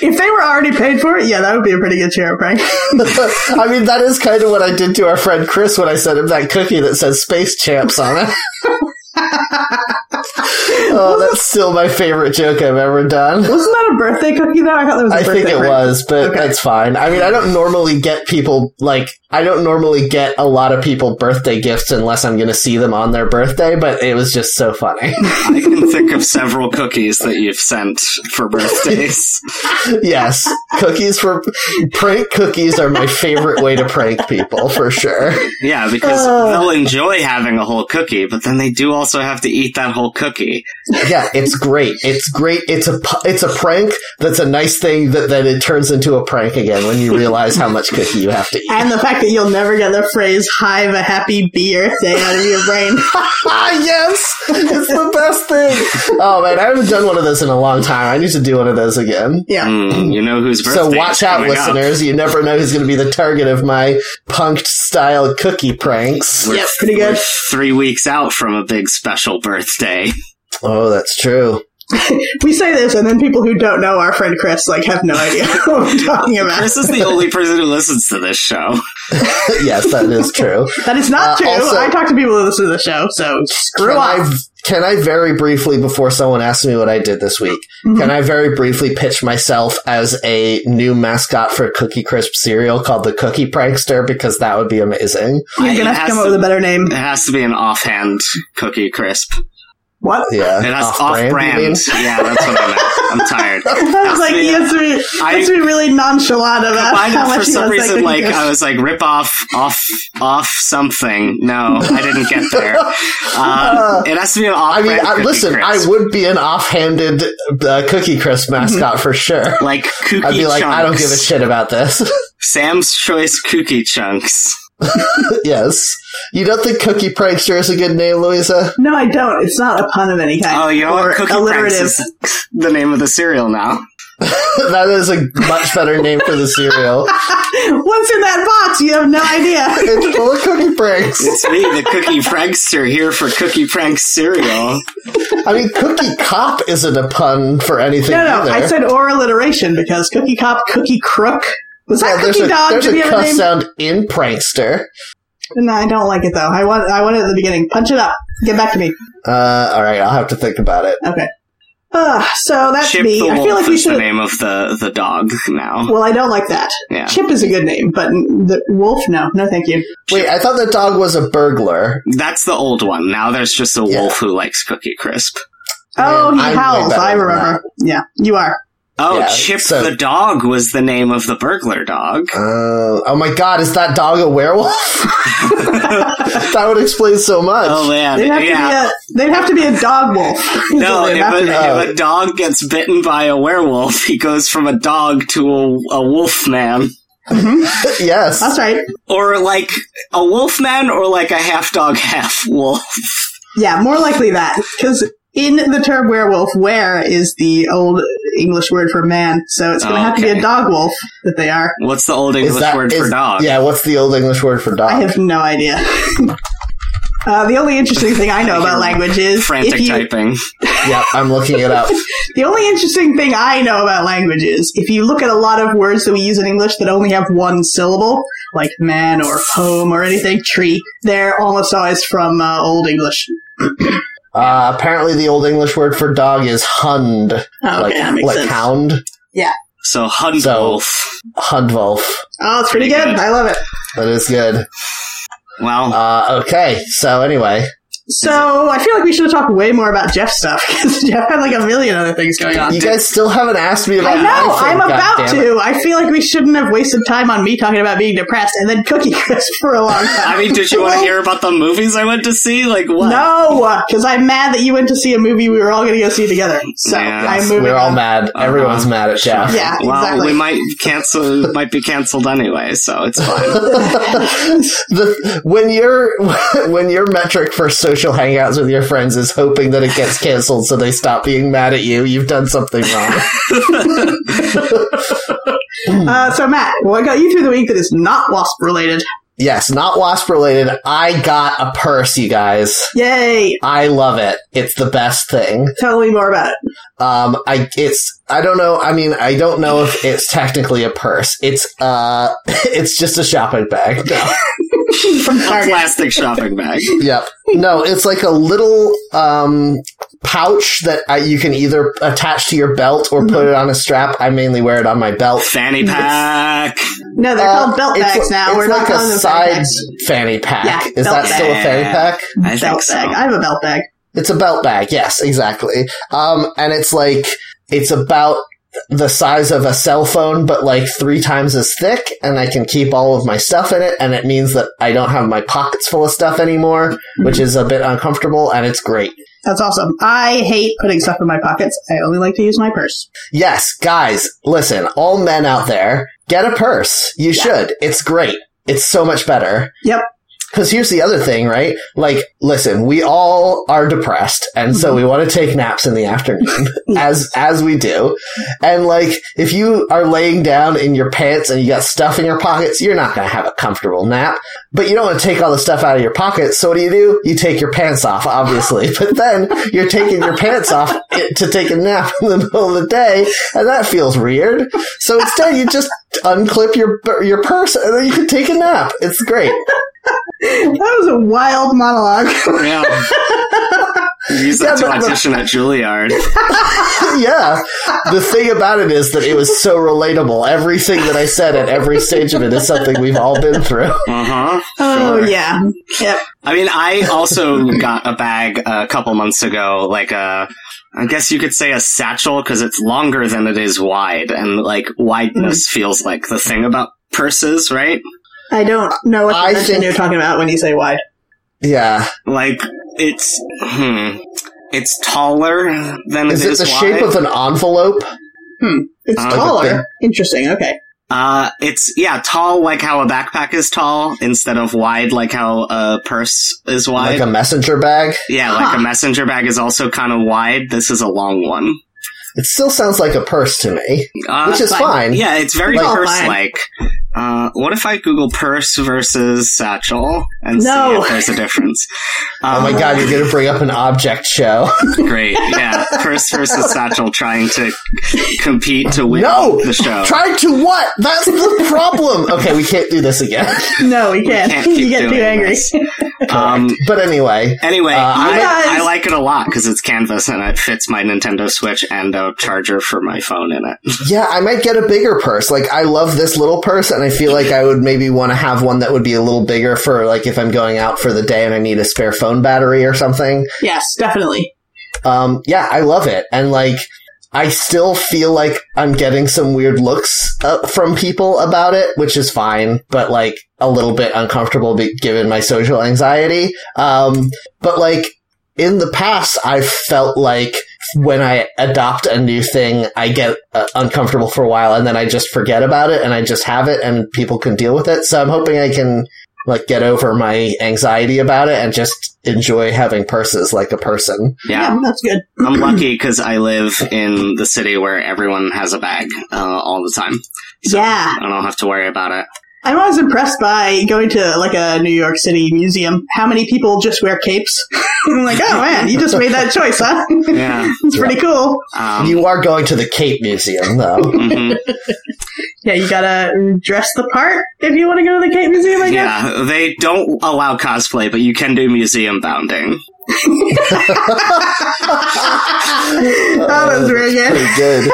C: If they were already paid for it, yeah, that would be a pretty good cheer up prank.
A: I mean, that is kind of what I did to our friend Chris when I sent him that cookie that says Space Champs on it. Oh, that's still my favorite joke I've ever done.
C: Wasn't that a birthday cookie though? I thought that was. a
A: I
C: birthday
A: think it
C: cookie.
A: was, but
C: Okay.
A: that's fine. I mean, I don't normally get people like I don't normally get a lot of people birthday gifts unless I'm going to see them on their birthday. But it was just so funny.
B: I can think of several cookies that you've sent for birthdays.
A: yes, cookies for prank cookies are my favorite way to prank people for sure.
B: Yeah, because
A: Uh.
C: Oh.
B: they'll enjoy having a whole cookie, but then they do also have to eat that whole cookie.
A: Yeah, it's great. It's great. It's a pu- it's a prank. That's a nice thing that then it turns into a prank again when you realize how much cookie you have to eat.
C: And the fact that you'll never get the phrase "hive a happy bee birthday" out of your brain.
A: ah, yes! It's the best thing! Oh man, I haven't done one of those in a long time. I need to do one of those again.
C: Yeah.
B: Mm, you know whose birthday
A: So
B: is
A: watch out,
B: coming up.
A: listeners. You never know who's going to be the target of my punked style cookie pranks.
B: We're-
C: Yep, pretty
B: we're
C: good.
B: three weeks out from a big special birthday.
A: Oh, that's true.
C: We say this, and then people who don't know our friend Chris like have no idea what we're talking about.
B: Chris is the only person who listens to this show.
A: yes, that is true.
C: That is not
A: Uh,
C: true.
A: also-
C: I talk to people who listen to the show, so screw
A: Can I,
C: off.
A: can I very briefly, before someone asks me what I did this week,
C: Mhm.
A: can I very briefly pitch myself as a new mascot for Cookie Crisp cereal called the Cookie Prankster? Because that would be amazing.
C: You're gonna have to come up with a better name.
B: It has to be an offhand cookie crisp.
C: What?
A: Yeah.
B: It has
A: Off-brand,
B: off-brand.
A: you mean?
B: Yeah, that's what I meant. I'm tired.
C: That was like he has to be, he has to be really nonchalant about
B: Why
C: how
B: did,
C: much
B: for
C: he
B: some
C: loves
B: reason,
C: that
B: like
C: cookie.
B: I was like rip off, off, off something. No, I didn't get there. Uh, it has to be an
A: I
B: off-brand.
A: mean, I,
B: cookie
A: listen,
B: crisp.
A: I would be an offhanded uh, Cookie Crisp
C: Mm-hmm.
A: mascot for sure.
B: like kooky.
A: I'd be like,
B: chunks.
A: I don't give a shit about this.
B: Sam's Choice Kooky Chunks.
A: yes. You don't think Cookie Prankster is a good name, Louisa?
C: no, I don't. It's not a pun of any kind.
B: Oh, you know
C: or
B: what? Cookie Pranks
C: alliterative.
B: is the name of the cereal now.
A: that is a much better name for the cereal.
C: What's in that box? You have no idea.
A: It's full of cookie pranks.
B: It's me, the Cookie Prankster, here for Cookie Prank cereal.
A: I mean, Cookie Cop isn't a pun for anything
C: No, no.
A: either.
C: I said or alliteration because cookie cop, cookie crook. Was that
A: Yeah, there's
C: cookie
A: a,
C: dog?
A: there's
C: Did
A: a
C: he have a
A: cuss
C: name?
A: sound in prankster.
C: No, I don't like it though. I want, I want it at the beginning. Punch it up. Get back to me.
A: Uh, all right, I'll have to think about it.
C: Okay. Ugh, so that's
B: Chip
C: me.
B: the
C: I feel
B: Wolf
C: like we
B: is the
C: should.
B: name of the, the dog now.
C: Well, I don't like that.
B: Yeah.
C: Chip is a good name, but the wolf, no, no, thank you.
A: Wait, I thought the dog was a burglar.
B: That's the old one. Now there's just a
A: Yeah.
B: wolf who likes Cookie Crisp.
C: Oh,
A: Man,
C: he
A: I'm way
C: howls.
A: better
C: I
A: than
C: remember. Yeah, you are.
B: Oh,
A: Yeah,
B: Chip
A: so-
B: the dog was the name of the burglar dog.
A: Uh, oh my god, is that dog a werewolf? that would explain so much.
B: Oh man,
C: They'd have,
B: yeah.
C: to be a, they'd have to be a dog wolf.
B: No, if
C: They'd have
B: a,
C: to be. uh,
B: if a dog gets bitten by a werewolf, he goes from a dog to a, a wolf man.
A: yes.
C: That's right.
B: Or like a wolf man or like a half dog, half wolf.
C: Yeah, more likely that. Because in the term werewolf, where is the old English word for man, so it's going to
B: Oh,
C: have to be
B: okay.
C: a dog wolf that they are.
B: What's the old
A: Is
B: English
A: that-
B: word for
A: is-
B: dog?
A: Yeah, what's the old English word for dog?
C: I have no idea. Uh, the only interesting thing I know about language is
B: Frantic
C: if you,
B: typing.
A: yeah, I'm looking it up.
C: The only interesting thing I know about language is if you look at a lot of words that we use in English that only have one syllable, like man or home or anything, tree, they're almost always from uh, Old English.
A: Uh, apparently, the old English word for dog is hund,
C: Oh,
A: like,
C: okay, that makes
A: like
C: sense.
A: hound,
B: So Hundwolf.
A: So- hundwolf.
C: Oh, it's pretty good. I love it.
A: That is good.
B: Well,
A: Uh, okay, so anyway,
C: So I feel like we should have talked way more about Jeff stuff because Jeff had like a million other things going on.
A: you guys still haven't asked me about.
C: Uh, I
A: my
C: know.
A: thing,
C: I'm about
A: goddammit.
C: to. I feel like we shouldn't have wasted time on me talking about being depressed and then Cookie Crisp for a long time.
B: I mean, did you want to hear about the movies I went to see? Like what?
C: No, because I'm mad that you went to see a movie we were all going to go see together. So
B: Yeah.
C: I'm
B: Yes,
C: moving.
A: We're all
C: on.
A: mad. Everyone's
B: Uh-huh.
A: mad at Jeff.
C: Yeah,
B: Well,
C: exactly.
B: we might cancel. might be canceled anyway, so it's fine.
A: the, when your when your metric for social hangouts with your friends is hoping that it gets canceled so they stop being mad at you, you've done something wrong.
C: Uh, so Matt, what got you through the week that is not wasp related?
A: yes, not wasp related. I got a purse, you guys.
C: Yay!
A: I love it. It's the best thing.
C: Tell me more about it.
A: Um, I it's I don't know. I mean, I don't know if it's technically a purse. It's uh, it's just a shopping bag. No.
C: From
B: A
C: Target.
B: plastic shopping bag.
A: Yep. No, it's like a little um pouch that uh, you can either attach to your belt or put it on a strap. I mainly wear it on my belt.
B: Fanny pack.
C: No, they're
A: Uh,
C: called belt
A: it's
C: bags
A: li-
C: now.
A: It's
C: We're
A: like
C: not
A: a
C: calling them fanny
A: side
C: bags.
A: fanny pack.
C: Yeah,
A: Is
C: belt
A: that still a
B: bag.
A: fanny pack?
B: I think
C: belt
B: so.
C: bag. I have a belt bag.
A: It's a belt bag, yes, exactly. Um, and it's like, it's about the size of a cell phone, but like three times as thick, and I can keep all of my stuff in it, and it means that I don't have my pockets full of stuff anymore, which is a bit uncomfortable, and it's great.
C: That's awesome. I hate putting stuff in my pockets. I only like to use my purse.
A: Yes, guys, listen, all men out there, get a purse. You should. It's great. It's so much better.
C: Yep.
A: Because here's the other thing, right? Like, listen, we all are depressed, and so we want to take naps in the afternoon, as as we do. And like, if you are laying down in your pants and you got stuff in your pockets, you're not going to have a comfortable nap. But you don't want to take all the stuff out of your pockets, so what do you do? You take your pants off, obviously. But then you're taking your pants off i- to take a nap in the middle of the day, and that feels weird. So instead, you just unclip your your purse, and then you can take a nap. It's great.
C: That was a wild monologue.
B: Yeah. Use
A: Yeah,
B: that to
A: but- but-
B: audition at Juilliard.
A: yeah. The thing about it is that it was so relatable. Everything that I said at every stage of it is something we've all been through.
B: Uh huh.
C: Oh yeah. Yep.
B: I mean, I also got a bag a couple months ago, like a, I guess you could say a satchel because it's longer than it is wide, and like wideness feels like the thing about purses, right?
C: I don't know what
A: I
C: dimension
A: think-
C: you're talking about when you say wide.
A: Yeah.
B: Like it's, hmm, it's taller than
A: Is
B: it
A: it
B: is
A: the
B: wide.
A: shape of an envelope?
C: It's
B: Uh,
A: like a
C: taller. Interesting. Okay.
B: Uh, it's yeah, tall like how a backpack is tall instead of wide like how a purse is wide.
A: Like a messenger bag?
B: yeah, like
C: Huh.
B: a messenger bag is also kind of wide. This is a long one,
A: It still sounds like a purse to me,
B: uh,
A: which is
C: fine.
A: fine.
B: yeah, it's very
C: Like-
B: purse like. Uh, what if I Google purse versus satchel and
C: No.
B: see if there's a difference?
A: Oh my
B: Um,
A: god, you're going to bring up an object show.
B: Great, yeah, purse versus satchel trying to compete to win
A: No!
B: the show.
A: Try to what? That's the problem. Okay, we can't do this again.
C: No, we can't.
B: can't keep
C: you get too
B: doing
C: angry.
B: this. um,
A: But anyway,
B: Anyway,
A: Uh,
B: I,
C: you guys-
B: I like it a lot because it's canvas and it fits my Nintendo Switch and a charger for my phone in it.
A: yeah, I might get a bigger purse. Like, I love this little purse, and I feel like I would maybe want to have one that would be a little bigger for, like, if I'm going out for the day and I need a spare phone battery or something.
C: Yes, definitely.
A: Um, yeah, I love it. And like, I still feel like I'm getting some weird looks uh, from people about it, which is fine, but like a little bit uncomfortable be- given my social anxiety. Um, but like in the past, I've felt like when I adopt a new thing, I get uh, uncomfortable for a while and then I just forget about it and I just have it and people can deal with it. So I'm hoping I can like get over my anxiety about it and just enjoy having purses like a person.
B: Yeah.
C: that's good.
B: I'm lucky because I live in the city where everyone has a bag uh, all the time.
C: Yeah.
B: I don't have to worry about it.
C: I was impressed by going to like a New York City museum. How many people just wear capes? I'm like, oh man, you just made that choice, huh?
B: Yeah.
C: it's pretty cool.
B: Um,
A: you are going to the Cape Museum, though.
B: mhm.
C: Yeah, you gotta dress the part if you want to go to the Cape Museum. I guess.
B: Yeah, they don't allow cosplay, but you can do museum bounding.
C: oh, that was
A: Uh,
C: very good.
A: Pretty good.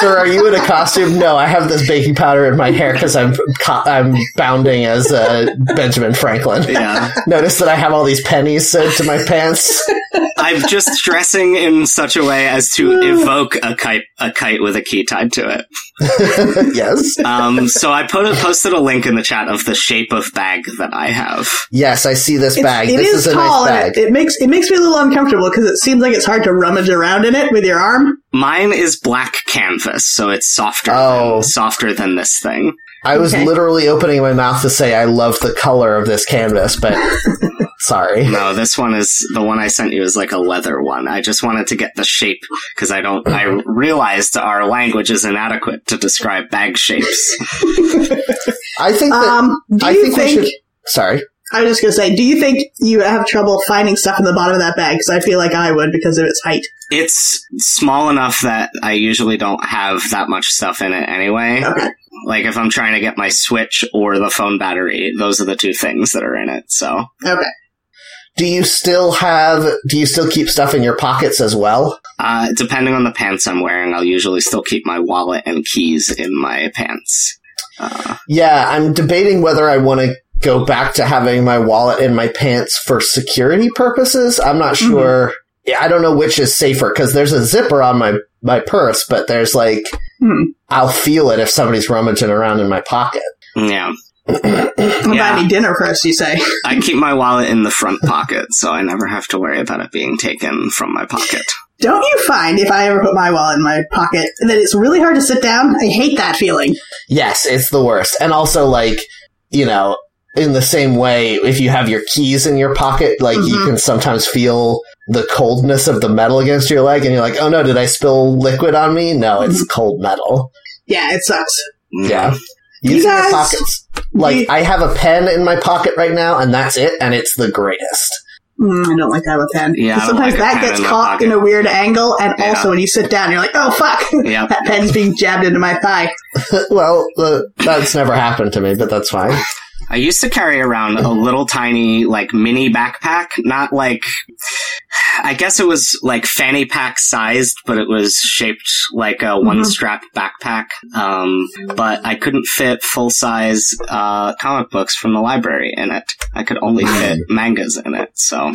A: Sir, are you in a costume? No, I have this baking powder in my hair because I'm co- I'm bounding as uh, Benjamin Franklin.
B: Yeah,
A: Notice that I have all these pennies sewed to my pants.
B: I'm just dressing in such a way as to evoke a kite, a kite with a key tied to it.
A: yes,
B: Um, so I put a, posted a link in the chat of the shape of bag that I have.
A: yes, I see this
C: It's-
A: bag.
C: it
A: this
C: is
A: is, a
C: tall,
A: nice
C: and
A: bag.
C: it, it makes it makes me a little uncomfortable because it seems like it's hard to rummage around in it with your arm.
B: Mine is black canvas, so it's softer,
A: Oh.
B: than, softer than this thing.
A: I was
C: okay.
A: literally opening my mouth to say I love the color of this canvas, but sorry.
B: No, this one is the one I sent you is like a leather one. I just wanted to get the shape because I don't. I
C: Uh-huh.
B: realized our language is inadequate to describe bag shapes.
A: I think that
C: Um, do
A: I
C: you
A: think, we should. Sorry.
C: I was just gonna say, do you think you have trouble finding stuff in the bottom of that bag? Because I feel like I would because of its height.
B: It's small enough that I usually don't have that much stuff in it anyway.
C: Okay.
B: Like if I'm trying to get my Switch or the phone battery, those are the two things that are in it. So
C: Okay.
A: do you still have? Do you still keep stuff in your pockets as well?
B: Uh, depending on the pants I'm wearing, I'll usually still keep my wallet and keys in my pants. Uh,
A: Yeah, I'm debating whether I want to go back to having my wallet in my pants for security purposes. I'm not
C: Mhm.
A: sure. Yeah, I don't know which is safer because there's a zipper on my my purse, but there's like
C: Hmm.
A: I'll feel it if somebody's rummaging around in my pocket.
B: yeah,
C: I'm
B: Yeah.
C: buy me dinner first, you say.
B: I keep my wallet in the front pocket, so I never have to worry about it being taken from my pocket.
C: Don't you find if I ever put my wallet in my pocket that it's really hard to sit down? I hate that feeling.
A: Yes, it's the worst. And also, like, you know, in the same way, if you have your keys in your pocket, like, you
C: Mhm.
A: can sometimes feel the coldness of the metal against your leg, and you're like, oh no, did I spill liquid on me? No, it's cold metal.
C: Yeah, it sucks.
A: Yeah.
C: You
A: Using your
C: guys-
A: pockets. Like,
C: You-
A: I have a pen in my pocket right now, and that's it, and it's the greatest.
C: Mm, I don't like that with pen.
B: Yeah, I don't like
C: sometimes
B: a
C: that
B: pen
C: gets
B: in my
C: caught
B: pocket.
C: in a weird angle, and
B: Yeah.
C: also when you sit down, you're like, oh fuck,
B: Yep.
C: that pen's being jabbed into my thigh.
A: well, uh, that's never happened to me, but that's fine.
B: I used to carry around a little tiny, like, mini backpack. Not like, I guess it was like fanny pack sized, but it was shaped like
C: Mm-hmm.
B: a one strap backpack. Um, but I couldn't fit full size, uh, comic books from the library in it. I could only fit mangas in it. So,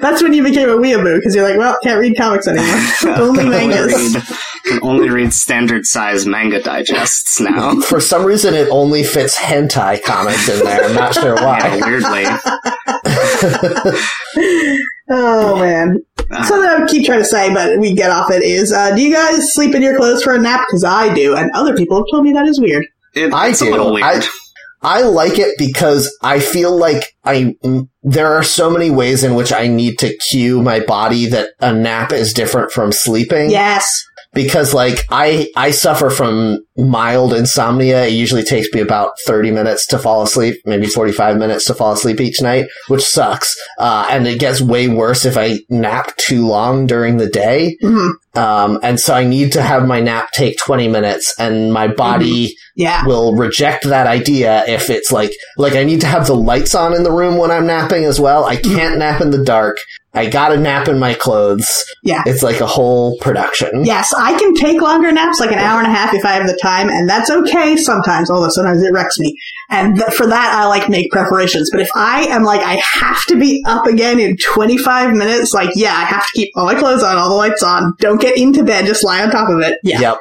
C: That's when you became a weeaboo because you're like, well, can't read comics anymore. Only mangas.
B: read, can only read standard size manga digests
C: Oh.
B: now.
A: For some reason, it only fits hentai comics in there. I'm not sure
B: Yeah,
A: why.
B: weirdly.
C: Oh man.
B: Uh,
C: So that I keep trying to say, but we get off it is, uh, do you guys sleep in your clothes for a nap? Because I do, and other people have told me that is weird.
B: it-
A: I
B: it's
A: do.
B: a little weird.
A: I- I like it because I feel like I there are so many ways in which I need to cue my body that a nap is different from sleeping.
C: Yes.
A: Because like I I suffer from mild insomnia. It usually takes me about thirty minutes to fall asleep, maybe forty five minutes to fall asleep each night, which sucks. Uh, and it gets way worse if I nap too long during the day.
C: Mhm.
A: Um, and so I need to have my nap take twenty minutes, and my body
C: Yeah.
A: will reject that idea if it's like like I need to have the lights on in the room when I'm napping as well. I
C: Mm-hmm.
A: can't nap in the dark. I gotta nap in my clothes.
C: Yeah.
A: It's like a whole production.
C: Yes, I can take longer naps, like an hour and a half if I have the time, and that's okay sometimes, although sometimes it wrecks me. And th- for that, I like make preparations. But if I am like, I have to be up again in 25 minutes, like, yeah, I have to keep all my clothes on, all the lights on, don't get into bed, just lie on top of it. Yeah.
A: Yep.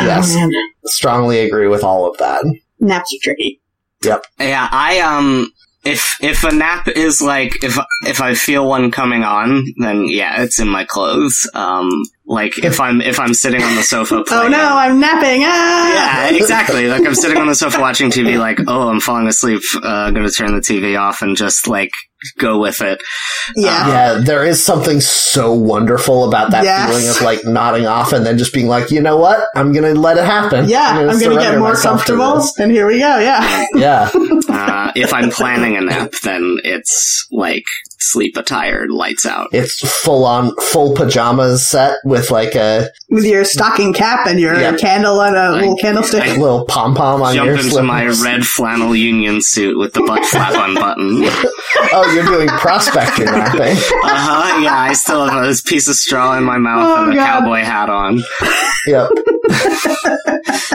A: Yes.
C: Oh, man.
A: Strongly agree with all of that.
C: Naps are tricky.
B: Yeah, I um if if a nap is like if if I feel one coming on, then yeah, it's in my clothes. Um like if I'm if I'm sitting on the sofa
C: Oh
B: playing
C: no, I'm napping. Ah!
B: yeah, exactly. Like I'm sitting on the sofa watching TV, like, oh, I'm falling asleep. Uh, I'm gonna turn the TV off and just like go with it.
C: Yeah.
A: Yeah, there is something so wonderful about that
C: Yes.
A: feeling of like nodding off and then just being like, you know what? I'm gonna let it happen.
C: Yeah, I'm going to
A: surrender
C: get more
A: myself to
C: comfortable,
A: this.
C: and here we go. Yeah.
A: Yeah.
B: Uh, if I'm planning a nap, then it's like sleep attired, lights out.
A: It's full on full pajamas set with like a
C: With your stocking cap and your
A: Yeah.
C: candle and a
B: I-
C: little candlestick.
B: I-
A: little pom pom on
B: Jump
A: your
B: into
A: slippers.
B: my red flannel union suit with the butt flap unbuttoned.
A: oh, you're doing prospecting napping.
B: Uh-huh, yeah, I still have this piece of straw in my mouth
C: Oh,
B: and a
C: God.
B: cowboy hat on.
A: Yep.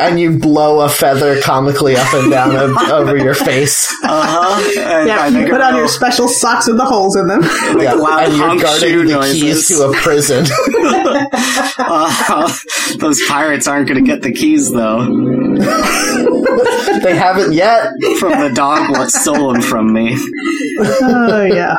A: and you blow a feather comically up and down o- over your face.
B: Uh-huh. and
C: Yeah,
B: I
C: you
B: make
C: put
B: a
C: on
B: little-
C: your special socks with the holes in them.
B: make
A: Yeah.
B: a loud
A: And you're
B: honk shoe
A: guarding the
B: noises.
A: keys to a prison.
B: Uh, those pirates aren't going to get the keys, though,
A: they haven't yet.
B: from the dog what stole them from me.
C: oh yeah,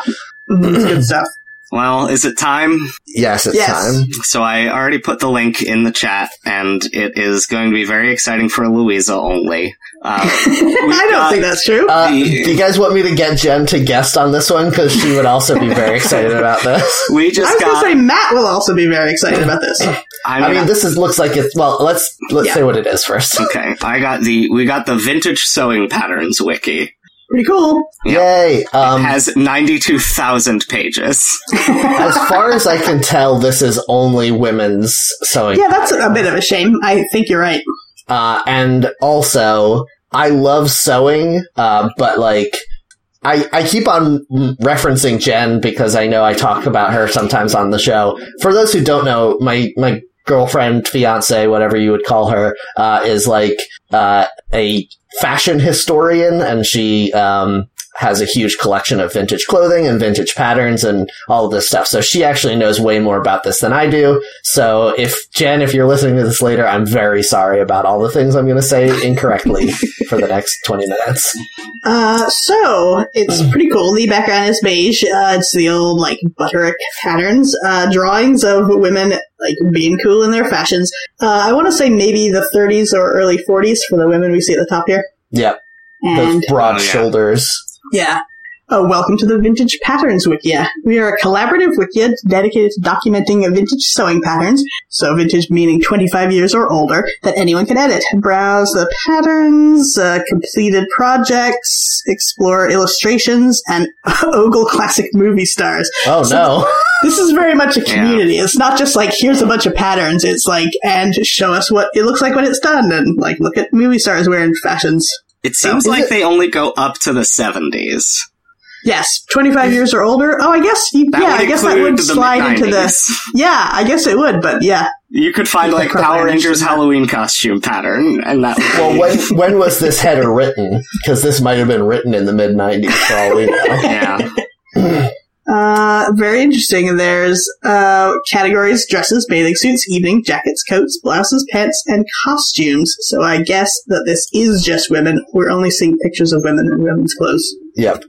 C: Mhm, it's good stuff.
B: Well, is it time?
A: Yes, it's
C: Yes.
A: time.
B: So I already put the link in the chat, and it is going to be very exciting for Louisa only. Uh,
C: I don't
B: got-
C: think that's true.
A: Uh, do you guys want me to get Jen to guest on this one? Because she would also be very excited about this.
B: we
C: I
B: just
C: was going
B: got.
C: to say Matt will also be very excited about this.
A: I mean, this is looks like it's. Well, let's let's
C: Yeah.
A: say what it is first.
B: okay. I got the. We got the vintage sewing patterns wiki.
C: Pretty cool.
A: Yay! Um,
B: has 92,000 pages.
A: as far as I can tell, this is only women's sewing
C: Yeah, that's a bit of a shame. I think you're right.
A: Uh, and also, I love sewing, uh, but like, I, I keep on referencing Jen because I know I talk about her sometimes on the show. For those who don't know, my, my girlfriend, fiance, whatever you would call her, uh, is like, uh, a fashion historian and she, um, has a huge collection of vintage clothing and vintage patterns and all of this stuff. So she actually knows way more about this than I do. So if Jen, if you're listening to this later, I'm very sorry about all the things I'm going to say incorrectly for the next 20 minutes.
C: Uh, so it's pretty cool. The background is beige. Uh, it's the old like butterick patterns, uh, drawings of women like being cool in their fashions. Uh, I want to say maybe the 30s or early 40s for the women we see at the top here.
A: Yep.
C: And
A: Those broad
B: Oh, yeah.
A: shoulders.
C: yeah. Oh, welcome to the Vintage Patterns Wikia. We are a collaborative wikia dedicated to documenting vintage sewing patterns, so vintage meaning 25 years or older, that anyone can edit, browse the patterns, uh, completed projects, explore illustrations, and ogle classic movie stars.
A: Oh
C: So-
A: no.
C: This is very much a
B: Yeah.
C: community. It's not just like, here's a bunch of patterns. It's like, and show us what it looks like when it's done, and like, look at movie stars wearing fashions.
B: It seems
A: Is
B: like
A: it-
B: they only go up to the 70s.
C: Yes, 25 years or older. Oh, I guess, you,
B: That
C: yeah,
B: would
C: I guess that
B: include
C: would
B: the
C: slide into the,
B: mid-nineties.
C: yeah, I guess it would, but yeah.
B: You could find like
C: Probably
B: Power Rangers
C: understand that.
B: Halloween costume pattern, and that. Would
A: Well,
B: be-
A: when when was this header written? Because this might have been written in the mid '90s, for all we know.
B: yeah,
C: Uh, very interesting. There's, uh, categories, dresses, bathing suits, evening jackets, coats, blouses, pants, and costumes. So I guess that this is just women. We're only seeing pictures of women in women's clothes.
A: Yep.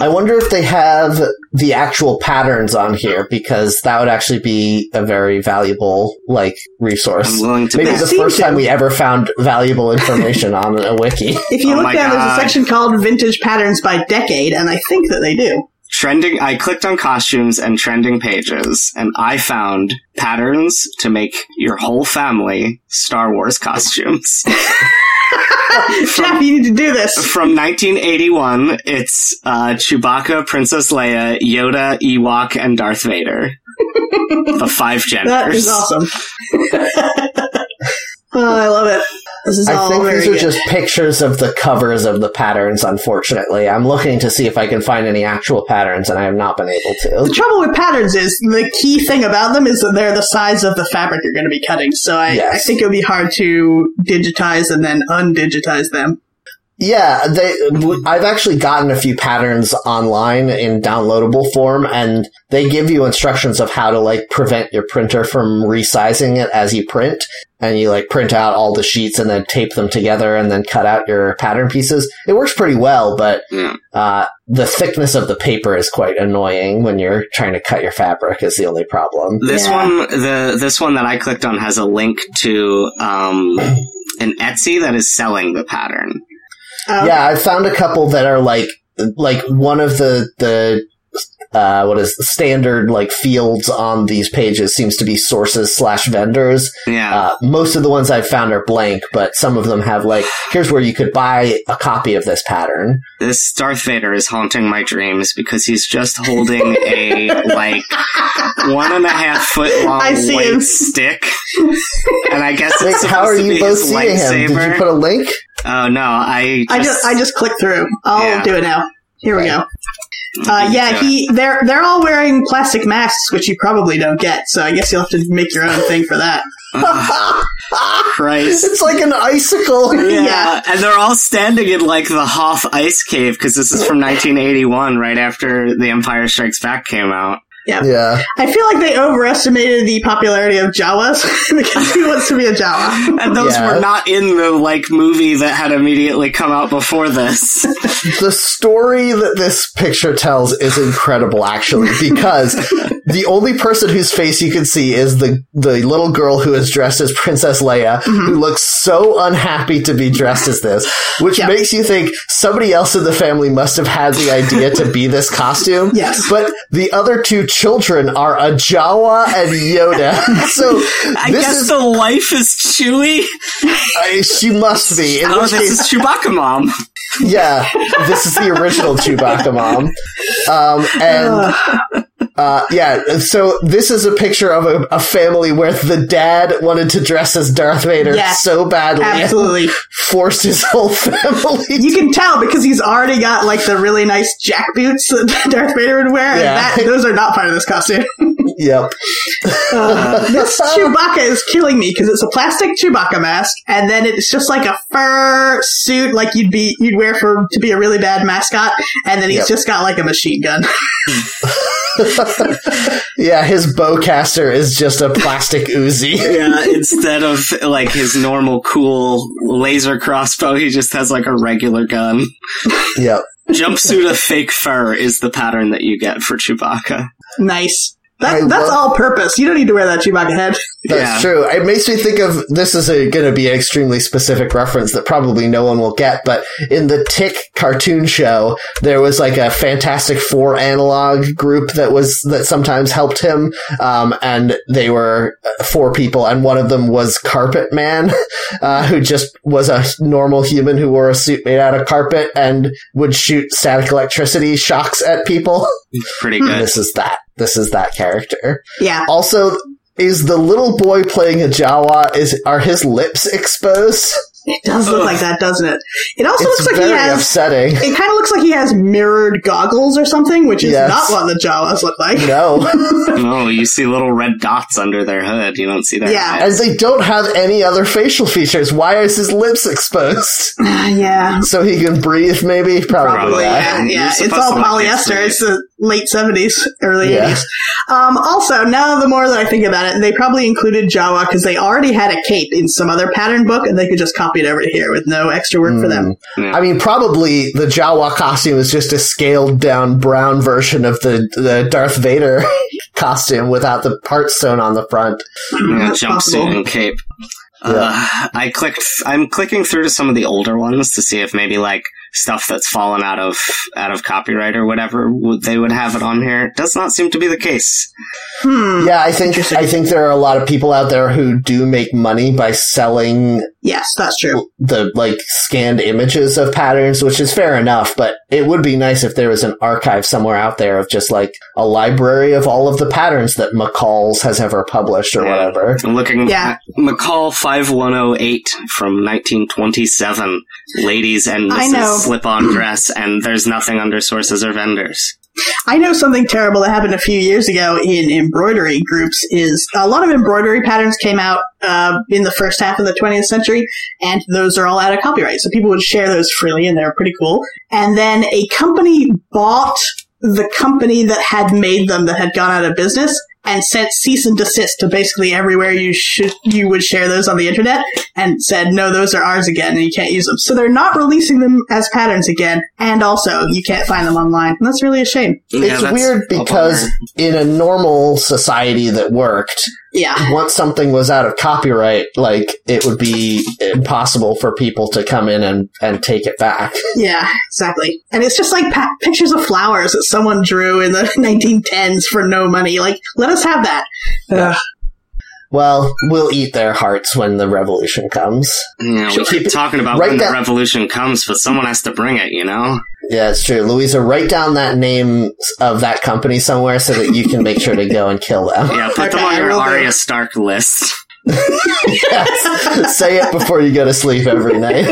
A: I wonder if they have the actual patterns on here because that would actually be a very valuable like
B: I'm
A: resource.
B: willing to.
A: Maybe
B: bet.
A: the
C: Seem
A: first
C: to.
A: time we ever found valuable information on a wiki.
C: If you
B: Oh
C: look
B: my
C: down, there's a
B: God.
C: section called Vintage Patterns by Decade, and I think that they do.
B: trending. I clicked on costumes and trending pages, and I found patterns to make your whole family Star Wars costumes.
C: Jeff, you need to do this.
B: From 1981, it's uh, Chewbacca, Princess Leia, Yoda, Ewok, and Darth Vader. the five genders.
C: That is awesome. oh, I love it. This is
A: I
C: all
A: think
C: very
A: these are
C: good.
A: just pictures of the covers of the patterns. Unfortunately, I'm looking to see if I can find any actual patterns, and I have not been able
C: the
A: to.
C: trouble with patterns is the key thing about them is that they're the size of the fabric you're going to be cutting. So I, I
A: Yes.
C: think it would be hard to digitize and then undigitize them.
A: Yeah, they. w- I've actually gotten a few patterns online in downloadable form, and they give you instructions of how to like prevent your printer from resizing it as you print, and you like print out all the sheets and then tape them together and then cut out your pattern pieces. It works pretty well, but
B: Yeah.
A: uh, the thickness of the paper is quite annoying when you're trying to cut your fabric. Is the only problem.
B: This
C: Yeah.
B: one, the this one that I clicked on has a link to um, an Etsy that is selling the pattern.
C: Um,
A: Yeah, I found a couple that are like like one of the the uh, what is standard like fields on these pages seems to be sources slash vendors.
B: Yeah,
A: Uh, most of the ones I've found are blank, but some of them have like here's where you could buy a copy of this pattern.
B: this Darth Vader is haunting my dreams because he's just holding a like
C: Oh.
B: one and a half foot long
C: I see
B: white
C: him.
B: stick, and I guess
A: Like,
B: it's supposed
A: how are
B: to be
A: you both
B: his
A: seeing him? Did
B: lightsaber.
A: you put a link?
B: oh no, I just,
C: I just I just clicked through. I'll
B: Yeah.
C: do it now. Here we go. Uh, yeah, he they're they're all wearing plastic masks, which you probably don't get. So I guess you'll have to make your own thing for that.
B: Oh, Christ.
A: It's like an icicle.
B: Yeah.
C: Yeah.
B: and they're all standing in like the Hoth ice cave because this is from 1981, right after The Empire Strikes Back came out.
A: yeah.
C: I feel like they overestimated the popularity of Jawas because who wants to be a Jawa?
B: And those
A: Yeah.
B: were not in the like movie that had immediately come out before this.
A: the story that this picture tells is incredible actually because the only person whose face you can see is the the little girl who is dressed as princess leia who looks so unhappy to be dressed as this which
C: Yeah.
A: makes you think somebody else in the family must have had the idea to be this costume
C: Yes.
A: but the other two children are a jawa and yoda so
B: I
A: this
B: guess
A: is
B: the wife is Chewy.
A: I- she must be in
B: Oh,
A: which
B: this
A: case
B: is Chewbacca mom.
A: yeah, this is the original Chewbacca mom. Um, and Uh, yeah, so this is a picture of a, a family where the dad wanted to dress as Darth Vader
C: Yes.
A: so badly,
C: Absolutely.
A: forced his whole family.
C: You can tell because he's already got like the really nice jack boots that Darth Vader would wear,
A: Yeah.
C: and that, those are not part of this costume.
A: yep.
C: Uh, this Chewbacca is killing me because it's a plastic Chewbacca mask, and then it's just like a fur suit, like you'd be you'd wear for to be a really bad mascot, and then he's
A: Yep.
C: just got like a machine gun.
A: Yeah, his bowcaster is just a plastic Uzi.
B: Yeah, instead of like his normal cool laser crossbow, he just has like a regular gun.
A: yep.
B: Jumpsuit of fake fur is the pattern that you get for Chewbacca.
C: Nice.
A: I
C: That, that's
A: love-
C: all purpose. You don't need to wear that Chewbacca head.
A: That's
B: yeah.
A: true. It makes me think of this is going to be an extremely specific reference that probably no one will get, but in the Tick cartoon show, there was like a Fantastic Four analog group that was that sometimes helped him, um, and they were uh, four people, and one of them was Carpet Man, uh, who just was a normal human who wore a suit made out of carpet and would shoot static electricity shocks at people.
B: Pretty
C: Hmm.
A: And
B: good.
A: this is that. This is that character.
C: Yeah.
A: Also, is the little boy playing a Jawa? Is are his lips exposed?
C: It does look
B: Ugh.
C: like that, doesn't it? It also
A: it's
C: looks like
A: very
C: he has.
A: upsetting.
C: It kind of looks like he has mirrored goggles or something, which is
A: Yes.
C: not what the Jawas look like.
A: No,
B: No, Oh, you see little red dots under their hood. You don't see their
C: Yeah.
B: eyes.
A: as they don't have any other facial features. Why is his lips exposed?
C: yeah.
A: So he can breathe, maybe. Probably.
B: Probably,
A: not.
C: Yeah,
B: You're
C: yeah. It's
B: supposed
C: all
B: to like these
C: polyester.
B: things.
C: It's the late seventies, early
A: Yeah.
C: eighties. Um, also, now the more that I think about it, they probably included Jawa because they already had a cape in some other pattern book, and they could just copy it over to here with no extra work
A: Hmm.
C: for them.
A: I mean, probably the Jawa costume is just a scaled down brown version of the the Darth Vader costume without the heart stone on the front.
B: Yeah,
C: That's possible.
B: jumpsuit and cape. Uh, I clicked. I'm clicking through to some of the older ones to see if maybe like stuff that's fallen out of out of copyright or whatever would they would have it on here. Does not seem to be the case.
C: Hmm.
A: Yeah, I think I think there are a lot of people out there who do make money by selling
C: Yes, that's true.
A: the like scanned images of patterns, which is fair enough, but it would be nice if there was an archive somewhere out there of just like a library of all of the patterns that McCall's has ever published or
B: Yeah.
A: whatever.
B: I'm looking
C: Yeah.
B: at McCall 5108 from 1927. Ladies and
C: I know.
B: Mrs. Slip on dress, and there's nothing under sources or vendors.
C: I know something terrible that happened a few years ago in embroidery groups is a lot of embroidery patterns came out uh, in the first half of the 20th century, and those are all out of copyright. So people would share those freely, and they're pretty cool. And then a company bought the company that had made them that had gone out of business and sent cease and desist to basically everywhere you should you would share those on the internet and said no those are ours again and you can't use them so they're not releasing them as patterns again and also you can't find them online and that's really a shame
B: Yeah,
A: it's
B: that's
A: weird
B: a bummer.
A: because in a normal society that worked,
C: yeah
A: once something was out of copyright, like it would be impossible for people to come in and, and take it back.
C: Yeah, exactly. And it's just like pa- pictures of flowers that someone drew in the 1910s for no money. Like, let us have that. Ugh.
A: Well, we'll eat their hearts when the revolution comes.
B: Yeah, we
A: Should keep
B: keep
A: it-
B: talking about
A: write
B: when
A: that-
B: the revolution comes, but someone has to bring it, you know?
A: Yeah, it's true. Louisa, write down that name of that company somewhere so that you can make sure to go and kill them.
B: Yeah, put
C: Okay,
B: them on
C: I
B: your
C: will do.
B: Arya Stark list.
A: Yes. Say it before you go to sleep every night.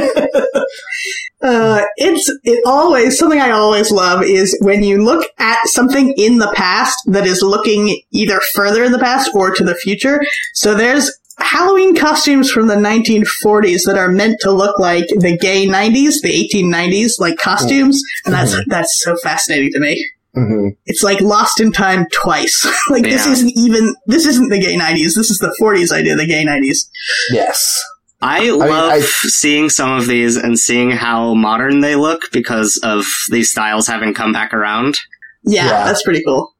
C: Uh, it's it always something I always love is when you look at something in the past that is looking either further in the past or to the future. So there's Halloween costumes from the 1940s that are meant to look like the gay 90s, the 1890s, like costumes, and that's that's so fascinating to me.
A: hmm
C: it's like lost in time twice. like this
B: Yeah.
C: isn't even this isn't the gay nineties. This is the forties idea of the gay nineties.
A: Yes.
B: I love
A: I-
B: seeing some of these and seeing how modern they look because of these styles having come back around.
C: Yeah,
A: Yeah.
C: that's pretty cool.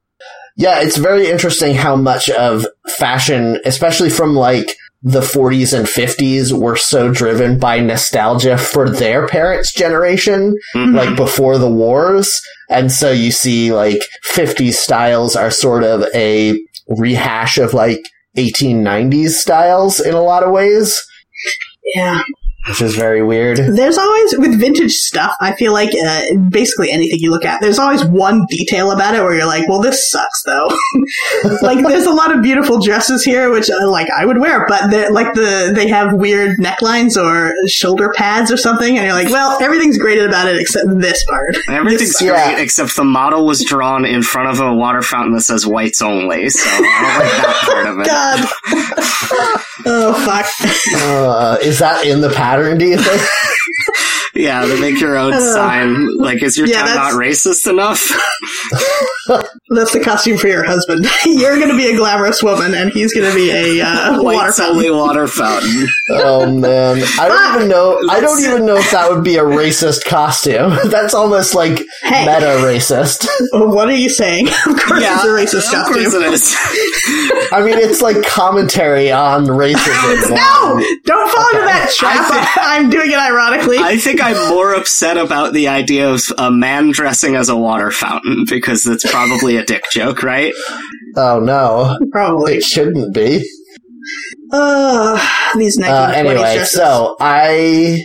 A: Yeah, it's very interesting how much of fashion, especially from like the 40s and 50s, were so driven by nostalgia for their parents' generation,
B: Mhm.
A: like before the wars. And so you see like 50s styles are sort of a rehash of like 1890s styles in a lot of ways.
C: Yeah.
A: which is very weird.
C: There's always with vintage stuff. I feel like uh, basically anything you look at, there's always one detail about it where you're like, "Well, this sucks," though. like, there's a lot of beautiful dresses here, which uh, like I would wear, but they're- like the they have weird necklines or shoulder pads or something, and you're like, "Well, everything's graded about it except this part."
B: Everything's
A: This-
B: great
A: yeah.
B: except the model was drawn in front of a water fountain that says whites only, so I don't like that part of it.
C: God. oh fuck.
A: Uh, is that in the pattern? Do you think?
B: Yeah, they make your own
C: Uh,
B: sign. Like, is your
C: yeah,
B: town
C: that's-
B: not racist enough?
C: That's the costume for your husband. You're going to be a glamorous woman, and he's going to be a uh, water
B: Whites
C: fountain.
B: only water fountain.
A: Oh man, I don't even know. I don't even know if that would be a racist costume. That's almost like
C: Hey.
A: meta racist.
C: What are you saying? Of course, it's a racist
B: of course
C: costume.
B: it is.
A: I mean, it's like commentary on racism.
C: No, don't fall into that trap.
B: I think-
C: I'm doing it ironically.
B: I think I'm more upset about the idea of a man dressing as a water fountain because that's probably a dick joke, right?
A: Oh no,
C: Probably.
A: it shouldn't be.
C: Uh, these 1920s
A: Uh, anyway,
C: dresses.
A: so I.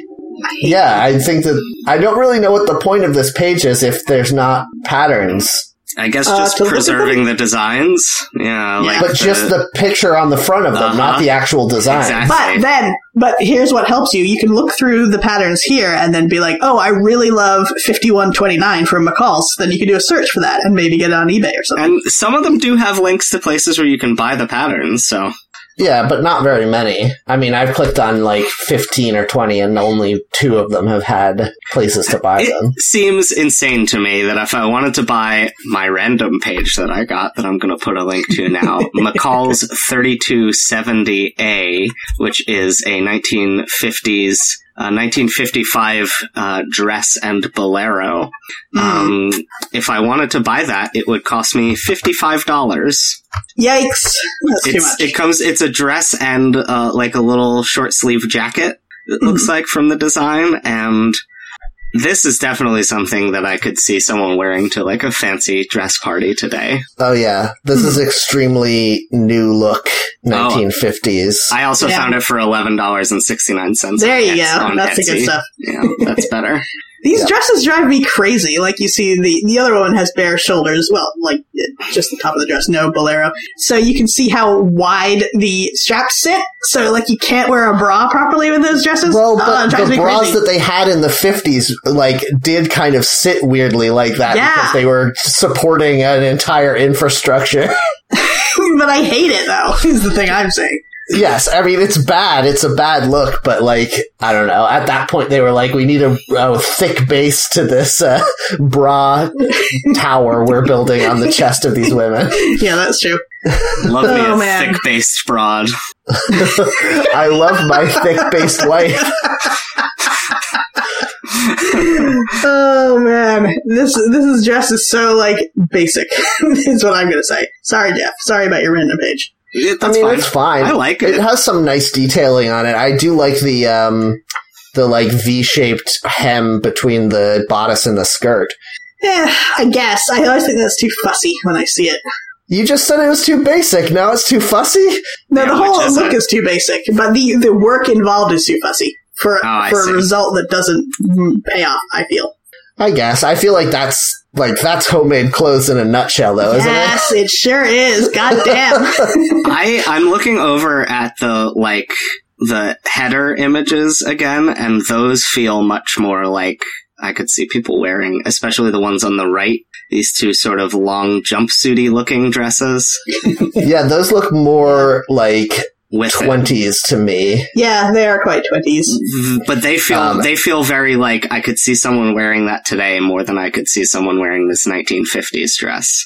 A: Yeah, I think that I don't really know what the point of this page is if there's not patterns,
B: I guess
C: Uh,
B: just
C: to look at
B: preserving the designs. Yeah, like
A: but just the picture on the front of them, not
B: Uh-huh.
A: the actual design.
B: Exactly.
C: But then, but here's what helps you. You can look through the patterns here and then be like, oh, I really love 5129 from McCall's. Then you can do a search for that and maybe get it on eBay or something.
B: And some of them do have links to places where you can buy the patterns, so
A: Yeah, but not very many. I mean, I've clicked on like 15 or 20 and only two of them have had places to buy them.
B: it seems insane to me that if I wanted to buy my random page that I got that I'm going to put a link to now, McCall's 3270A, which is a 1950s uh, 1955 uh, dress and bolero. Um, if I wanted to buy that, it would cost me fifty-five dollars.
C: Yikes. That's too
B: It's,
C: much.
B: it comes. It's a dress and uh, like a little short sleeve jacket.
C: Mm-hmm.
B: It looks like from the design, and this is definitely something that I could see someone wearing to like a fancy dress party today.
A: Oh, yeah. This
B: Hmm.
A: is extremely new look
B: Oh.
A: 1950s.
B: I also
C: Yeah.
B: found it for eleven dollars and sixty nine cents.
C: There you go. That's the good stuff.
B: Yeah, that's better.
C: These
A: Yeah.
C: dresses drive me crazy. Like you see, the the other woman has bare shoulders. Well, like just the top of the dress, no bolero. So you can see how wide the straps sit. So like you can't wear a bra properly with those dresses.
A: well,
C: Oh, it
A: but
C: drives
A: the
C: me
A: bras
C: crazy.
A: that they had in the 50s, like, did kind of sit weirdly like that
C: Yeah.
A: because they were supporting an entire infrastructure.
C: but I hate it though. Is the thing I'm saying.
A: yes, I mean, it's bad. It's a bad look, but, like, I don't know. At that point, they were like, we need a, a thick base to this uh, bra tower we're building on the chest of these women.
C: Yeah, that's true.
B: Love me
C: Oh,
B: a
C: man.
B: thick based broad.
A: I love my thick based wife.
C: Oh man, this this is dress is so like basic. is what I'm gonna say. Sorry, Jeff. Sorry about your random page.
B: Yeah,
A: I
B: that's
A: mean,
B: fine.
A: it's fine.
B: I like
A: It
B: it.
A: has some nice detailing on it. I do like the um the like V shaped hem between the bodice and the skirt.
C: Eh, I guess I always think that's too fussy when I see it.
A: You just said it was too basic. Now it's too fussy.
C: No,
B: Yeah,
C: the
B: which
C: whole
B: isn't.
C: look is too basic, but the the work involved is too fussy for
B: Oh, I
C: for
B: see.
C: a result that doesn't mm, pay off. I feel.
A: I guess. I feel like that's like that's homemade clothes in a nutshell, though, isn't Oh, it?
C: yes, it? sure is. God damn.
B: I I'm looking over at the like the header images again, and those feel much more like I could see people wearing, especially the ones on the right. These two sort of long jumpsuity looking dresses
A: Yeah, those look more like
B: with it.
A: twenties to me.
C: yeah, they are quite twenties.
B: But they feel
A: Um,
B: they feel very like I could see someone wearing that today more than I could see someone wearing this 1950s dress.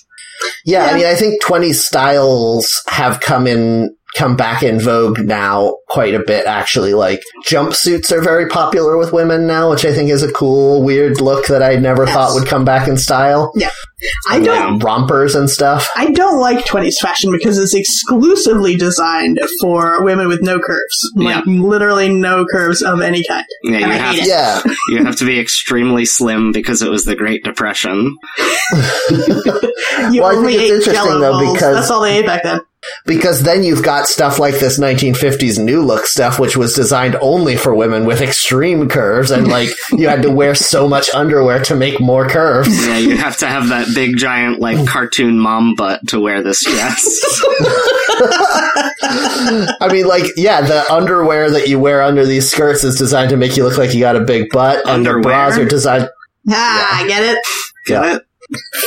A: Yeah, I
C: Yeah.
A: mean, I think 20 styles have come in, come back in vogue now quite a bit, actually. Like, jumpsuits are very popular with women now, which I think is a cool, weird look that I never
C: Yes.
A: thought would come back in style.
C: I don't.
A: Like, rompers and stuff.
C: I don't like 20s fashion because it's exclusively designed for women with no curves. Like, literally no curves of any kind.
B: Yeah, you
C: And I
B: have to,
C: hate it.
A: Yeah.
B: you have to be extremely slim because it was the Great Depression.
C: You
A: Well, I
C: only
A: think it's
C: ate
A: interesting,
C: Jell-O
A: though,
C: balls.
A: because-
C: That's all they ate back then.
A: Because then you've got stuff like this 1950s new look stuff, which was designed only for women with extreme curves, and like you had to wear so much underwear to make more curves.
B: Yeah, you have to have that big giant
A: Oh.
B: like cartoon mom butt to wear this dress.
A: I mean, like, yeah, the underwear that you wear under these skirts is designed to make you look like you got a big butt, and the bras
B: Underwear?
A: are designed.
C: Ah, I get it.
B: Get it?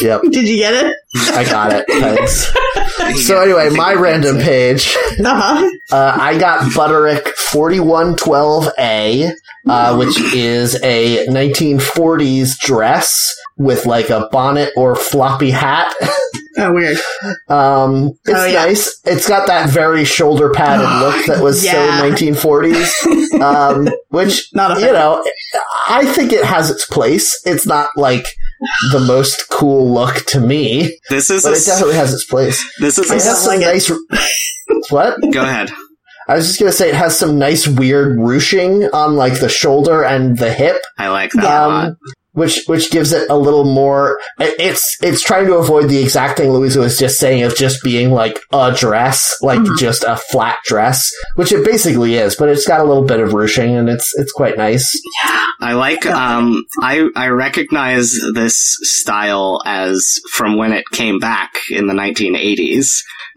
A: Yep,
C: Did you get it?
A: I got it. Thanks. So anyway, my random page.
C: Uh-huh.
A: Uh, I got Butterick 4112A, uh, which is a 1940s dress with like a bonnet or floppy hat.
C: Oh, weird.
A: Um, it's
C: Oh, yeah.
A: nice. It's got that very shoulder padded look that was
C: Yeah.
A: so 1940s. Um, which,
C: Not a
A: you know, I think it has its place. It's not like the most cool look to me,
B: This is a,
A: but it
B: s-
A: definitely has its place.
B: this is a
A: It has
B: s-
A: some nice. what?
B: go ahead.
A: I was just gonna say it has some nice weird ruching on like the shoulder and the hip,
B: I like that a
C: Yeah.
B: lot.
A: um, which which gives it a little more. it- It's it's trying to avoid the exact thing Louisa was just saying of just being like a dress, like
C: Mhm.
A: just a flat dress, which it basically is. But it's got a little bit of ruching and it's it's quite nice.
B: I like um I I recognize this style as from when it came back in the 1980s.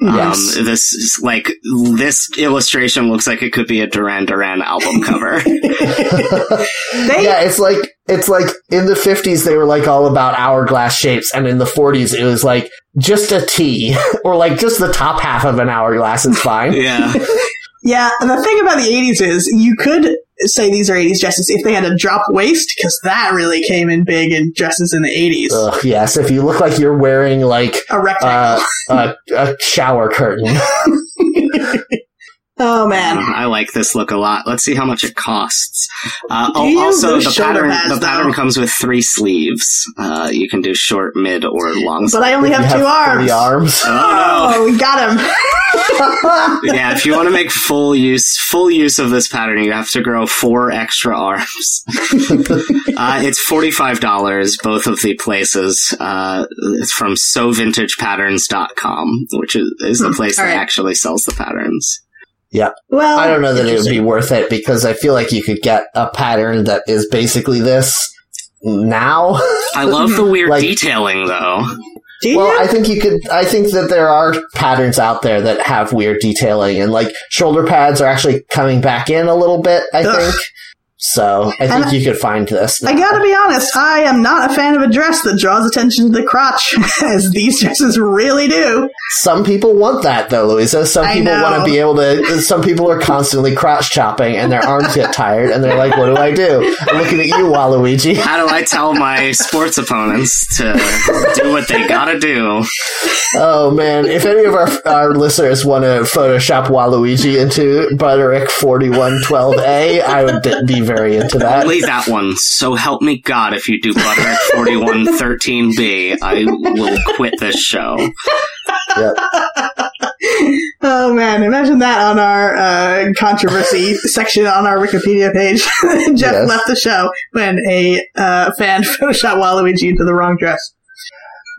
A: Yes.
B: Um this is like this illustration looks like it could be a Duran Duran album cover. um,
C: They-
A: yeah, it's like it's like in the fifties they were like all about hourglass shapes, and in the forties it was like just a T or like just the top half of an hourglass is fine.
B: yeah.
C: Yeah, and the thing about the 80s is you could say these are 80s dresses if they had a drop waist, because that really came in big in dresses in the 80s.
A: Ugh, yes, if you look like you're wearing like
C: a rectangle.
A: uh, a, a shower curtain.
C: oh, man.
B: Uh, I like this look a lot. Let's see how much it costs. Uh, oh,
C: Do you
B: also
C: use
B: the
C: shoulder
B: pattern
C: pads,
B: the
C: though?
B: pattern comes with three sleeves. Uh, you can do short, mid, or long. sleeve.
C: But I only
A: You
C: have, two arms.
A: three arms.
B: Oh,
C: Oh, we got him.
B: no. yeah, if you want to make full use full use of this pattern, you have to grow four extra arms. uh, it's forty five dollars both of the places. Uh, it's from SoVintagePatterns.com, which is, is the
C: Hmm,
B: place
C: all
B: that
C: right.
B: actually sells the patterns.
C: Well,
A: I don't know that it would be worth it because I feel like you could get a pattern that is basically this now.
B: I
C: Mm-hmm.
B: love the weird
A: Like-
B: detailing though.
C: Do you?
A: Well, I think you could. I think that there are patterns out there that have weird detailing, and like shoulder pads are actually coming back in a little bit. I
C: Ugh.
A: think. So I think
C: And-
A: you could find this.
C: I gotta be honest, I am not a fan of a dress that draws attention to the crotch, as these dresses really do.
A: Some people want that though, Louisa. Some
C: I
A: people
C: know.
A: want to be able to. Some people are constantly crotch chopping, and their arms get tired, and they're like, "What do I do?" I'm looking at you, Waluigi.
B: How do I tell my sports opponents to do what they gotta do?
A: Oh man! If any of our our listeners want to Photoshop Waluigi into Butterick forty one twelve A, I would be very into that.
B: Only that one. So help me God, if you do butter at 4113B, I will quit this show.
A: Yep.
C: Oh man, imagine that on our uh, controversy section on our Wikipedia page. Jeff
A: Yes.
C: left the show when a uh, fan photoshopped Waluigi into the wrong dress.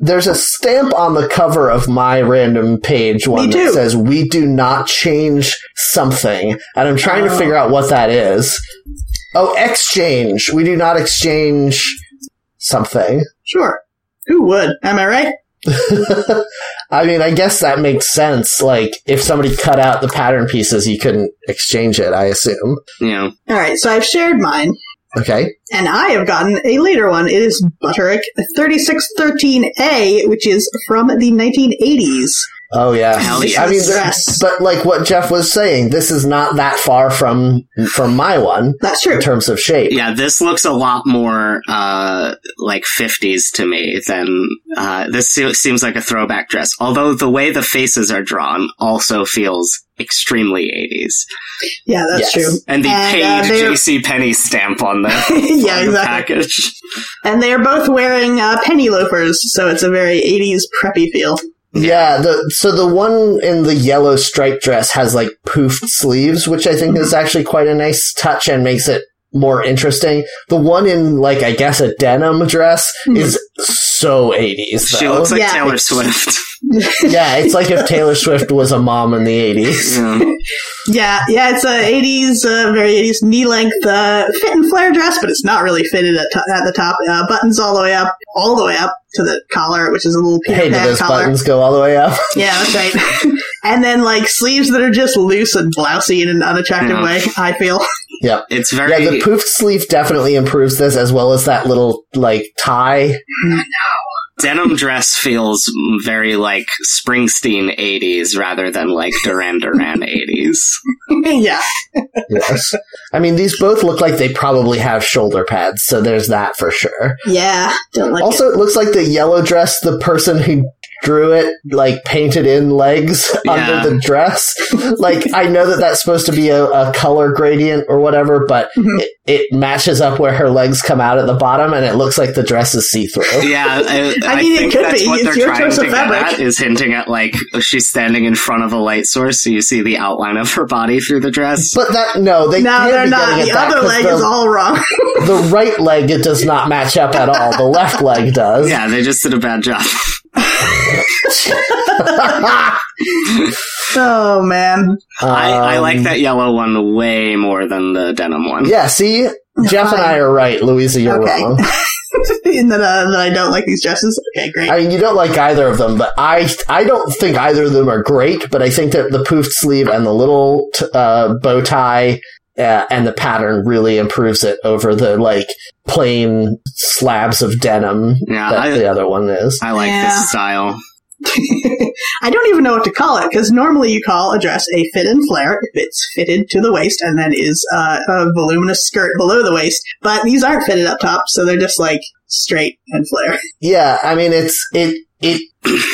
A: There's a stamp on the cover of my random page one that
C: Me too.
A: says "We do not change something," and I'm trying to
C: Oh.
A: figure out what that is. Oh, exchange. We do not exchange something.
C: Sure. Who would? Am I right?
A: I mean, I guess that makes sense. Like, if somebody cut out the pattern pieces, you couldn't exchange it. I assume.
B: You know,
C: All right, so I've shared mine,
A: Okay.
C: and I have gotten a later one. It is Butterick 3613A, which is from the 1980s.
A: Oh yeah.
B: Hell
A: I mean,
C: yes.
A: there- but like what Jeff was saying, this is not that far from from my one
C: That's
A: in
C: true.
A: terms of shape.
B: yeah, this looks a lot more, uh, like 50s to me than, uh, this se- seems like a throwback dress. Although the way the faces are drawn also feels extremely 80s.
C: Yeah,
A: Yes.
C: that's true.
B: And the
C: And, uh,
B: paid
C: they're-
B: JC Penny stamp on the,
C: yeah,
B: on the
C: exactly.
B: package.
C: And they are both wearing uh, penny loafers, so it's a very 80s preppy feel.
A: Yeah, the so the one in the yellow striped dress has like poofed sleeves, which I think is actually quite a nice touch and makes it more interesting. The one in like I guess a denim dress
C: Mhm.
A: is so 80s.
B: She
A: though.
B: looks like
C: Yeah.
B: Taylor Swift.
A: yeah, it's like if Taylor Swift was a mom in the 80s.
B: Yeah.
C: Yeah, yeah, it's a 80s, uh, very 80s knee length uh, fit and flare dress, but it's not really fitted at, to- at the top. Uh, buttons all the way up, all the way up to the collar, which is a little Peter
A: Hey, do
C: Pan
A: those
C: collar.
A: buttons go all the way up?
C: Yeah, that's right. and then like sleeves that are just loose and blousy in an unattractive
B: Yeah.
C: way. I feel.
A: Yeah.
B: It's very.
A: Yeah, the poofed sleeve definitely improves this, as well as that little, like, tie.
B: denim dress feels very like Springsteen 80s rather than like Duran Duran 80s.
C: yeah,
A: Yes. I mean, these both look like they probably have shoulder pads, so there's that for sure.
C: yeah. Don't like
A: also, it looks like the yellow dress, the person who drew it, like, painted in legs
B: Yeah.
A: under the dress. like, I know that that's supposed to be a, a color gradient or whatever, but
C: Mhm.
A: it, it matches up where her legs come out at the bottom, and it looks like the dress is see through.
B: Yeah, I,
C: I mean, it
B: think
C: could
B: that's
C: be.
B: what
C: It's
B: they're
C: your
B: trying
C: choice
B: to
C: of
B: get
C: fabric.
B: at is hinting at like oh, she's standing in front of a light source, so you see the outline of her body through the dress.
A: But that, no, they
C: it. No,
A: can't
C: they're
A: be
C: not.
A: getting at
C: The
A: that,
C: other
A: 'cause
C: leg
A: the-
C: is all wrong.
A: the right leg it does not match up at all. The left leg does.
B: yeah, they just did a bad job.
C: oh man.
B: I, I
A: Um,
B: like that yellow one way more than the denim one.
A: Yeah, see, Jeff and I are right. Louisa, you're
C: Okay.
A: wrong.
C: and then, uh, then I don't like these dresses. Okay, great.
A: I mean, you don't like either of them, but I I don't think either of them are great. But I think that the poofed sleeve and the little t- uh, bow tie uh, and the pattern really improves it over the like plain slabs of denim
B: Yeah,
A: that
B: I-
A: the other one is.
B: I like
C: Yeah.
B: this style.
C: I don't even know what to call it because normally you call a dress a fit and flare if it's fitted to the waist and then is uh, a voluminous skirt below the waist. But these aren't fitted up top, so they're just like straight and flare.
A: Yeah, I mean it's it it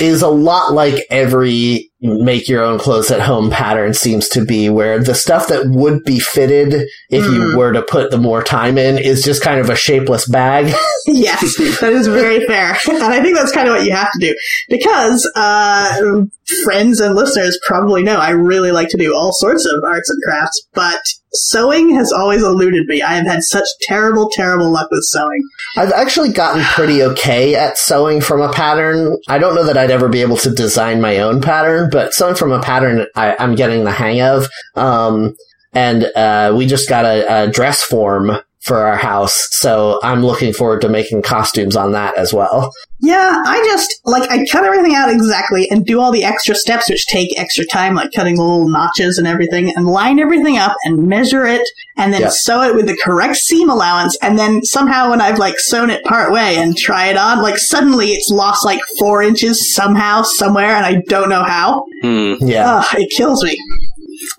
A: is a lot like every make your own clothes at home pattern seems to be where the stuff that would be fitted if
C: Mm.
B: Hmm.
A: you were to put the more time in is just kind of a shapeless bag.
C: yes, that is very fair. And I think that's kind of what you have to do because uh, friends and listeners probably know I really like to do all sorts of arts and crafts, but sewing has always eluded me. I have had such terrible, terrible luck with sewing.
A: I've actually gotten pretty okay at sewing from a pattern. I don't know that I'd ever be able to design my own pattern, but sewing from a pattern I, I'm getting the hang of. Um, and uh, we just got a, a dress form for our house, so I'm looking forward to making costumes on that as well.
C: Yeah, I just like I cut everything out exactly and do all the extra steps which take extra time, like cutting the little notches and everything, and line everything up and measure it and then
A: Yeah.
C: sew it with the correct seam allowance, and then somehow when I've like sewn it part way and try it on, like suddenly it's lost like four inches somehow, somewhere, and I don't know how.
B: Hmm.
A: Yeah.
C: Ugh, it kills me.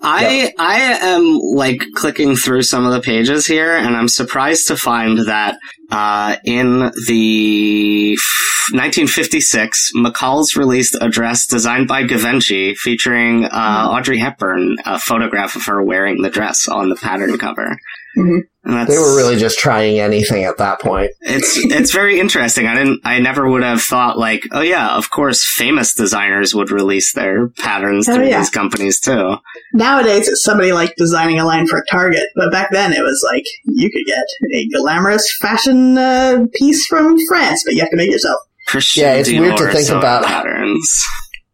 B: I I am like clicking through some of the pages here, and I'm surprised to find that uh, in the f- 1956, McCall's released a dress designed by Givenchy featuring uh,
A: Mm-hmm.
B: Audrey Hepburn, a photograph of her wearing the dress on the pattern cover.
C: Mhm.
B: And
A: Mm-hmm.
B: that's,
A: They were really just trying anything at that point.
B: it's it's very interesting. I didn't. I never would have thought like, oh yeah, of course, famous designers would release their patterns
C: Oh,
B: through
C: yeah.
B: these companies too.
C: Nowadays, it's somebody like designing a line for Target, but back then it was like you could get a glamorous fashion uh, piece from France, but you have to make it yourself.
B: Christian
A: Yeah, it's
B: Dior
A: weird to think
B: sewing
A: about-
B: patterns.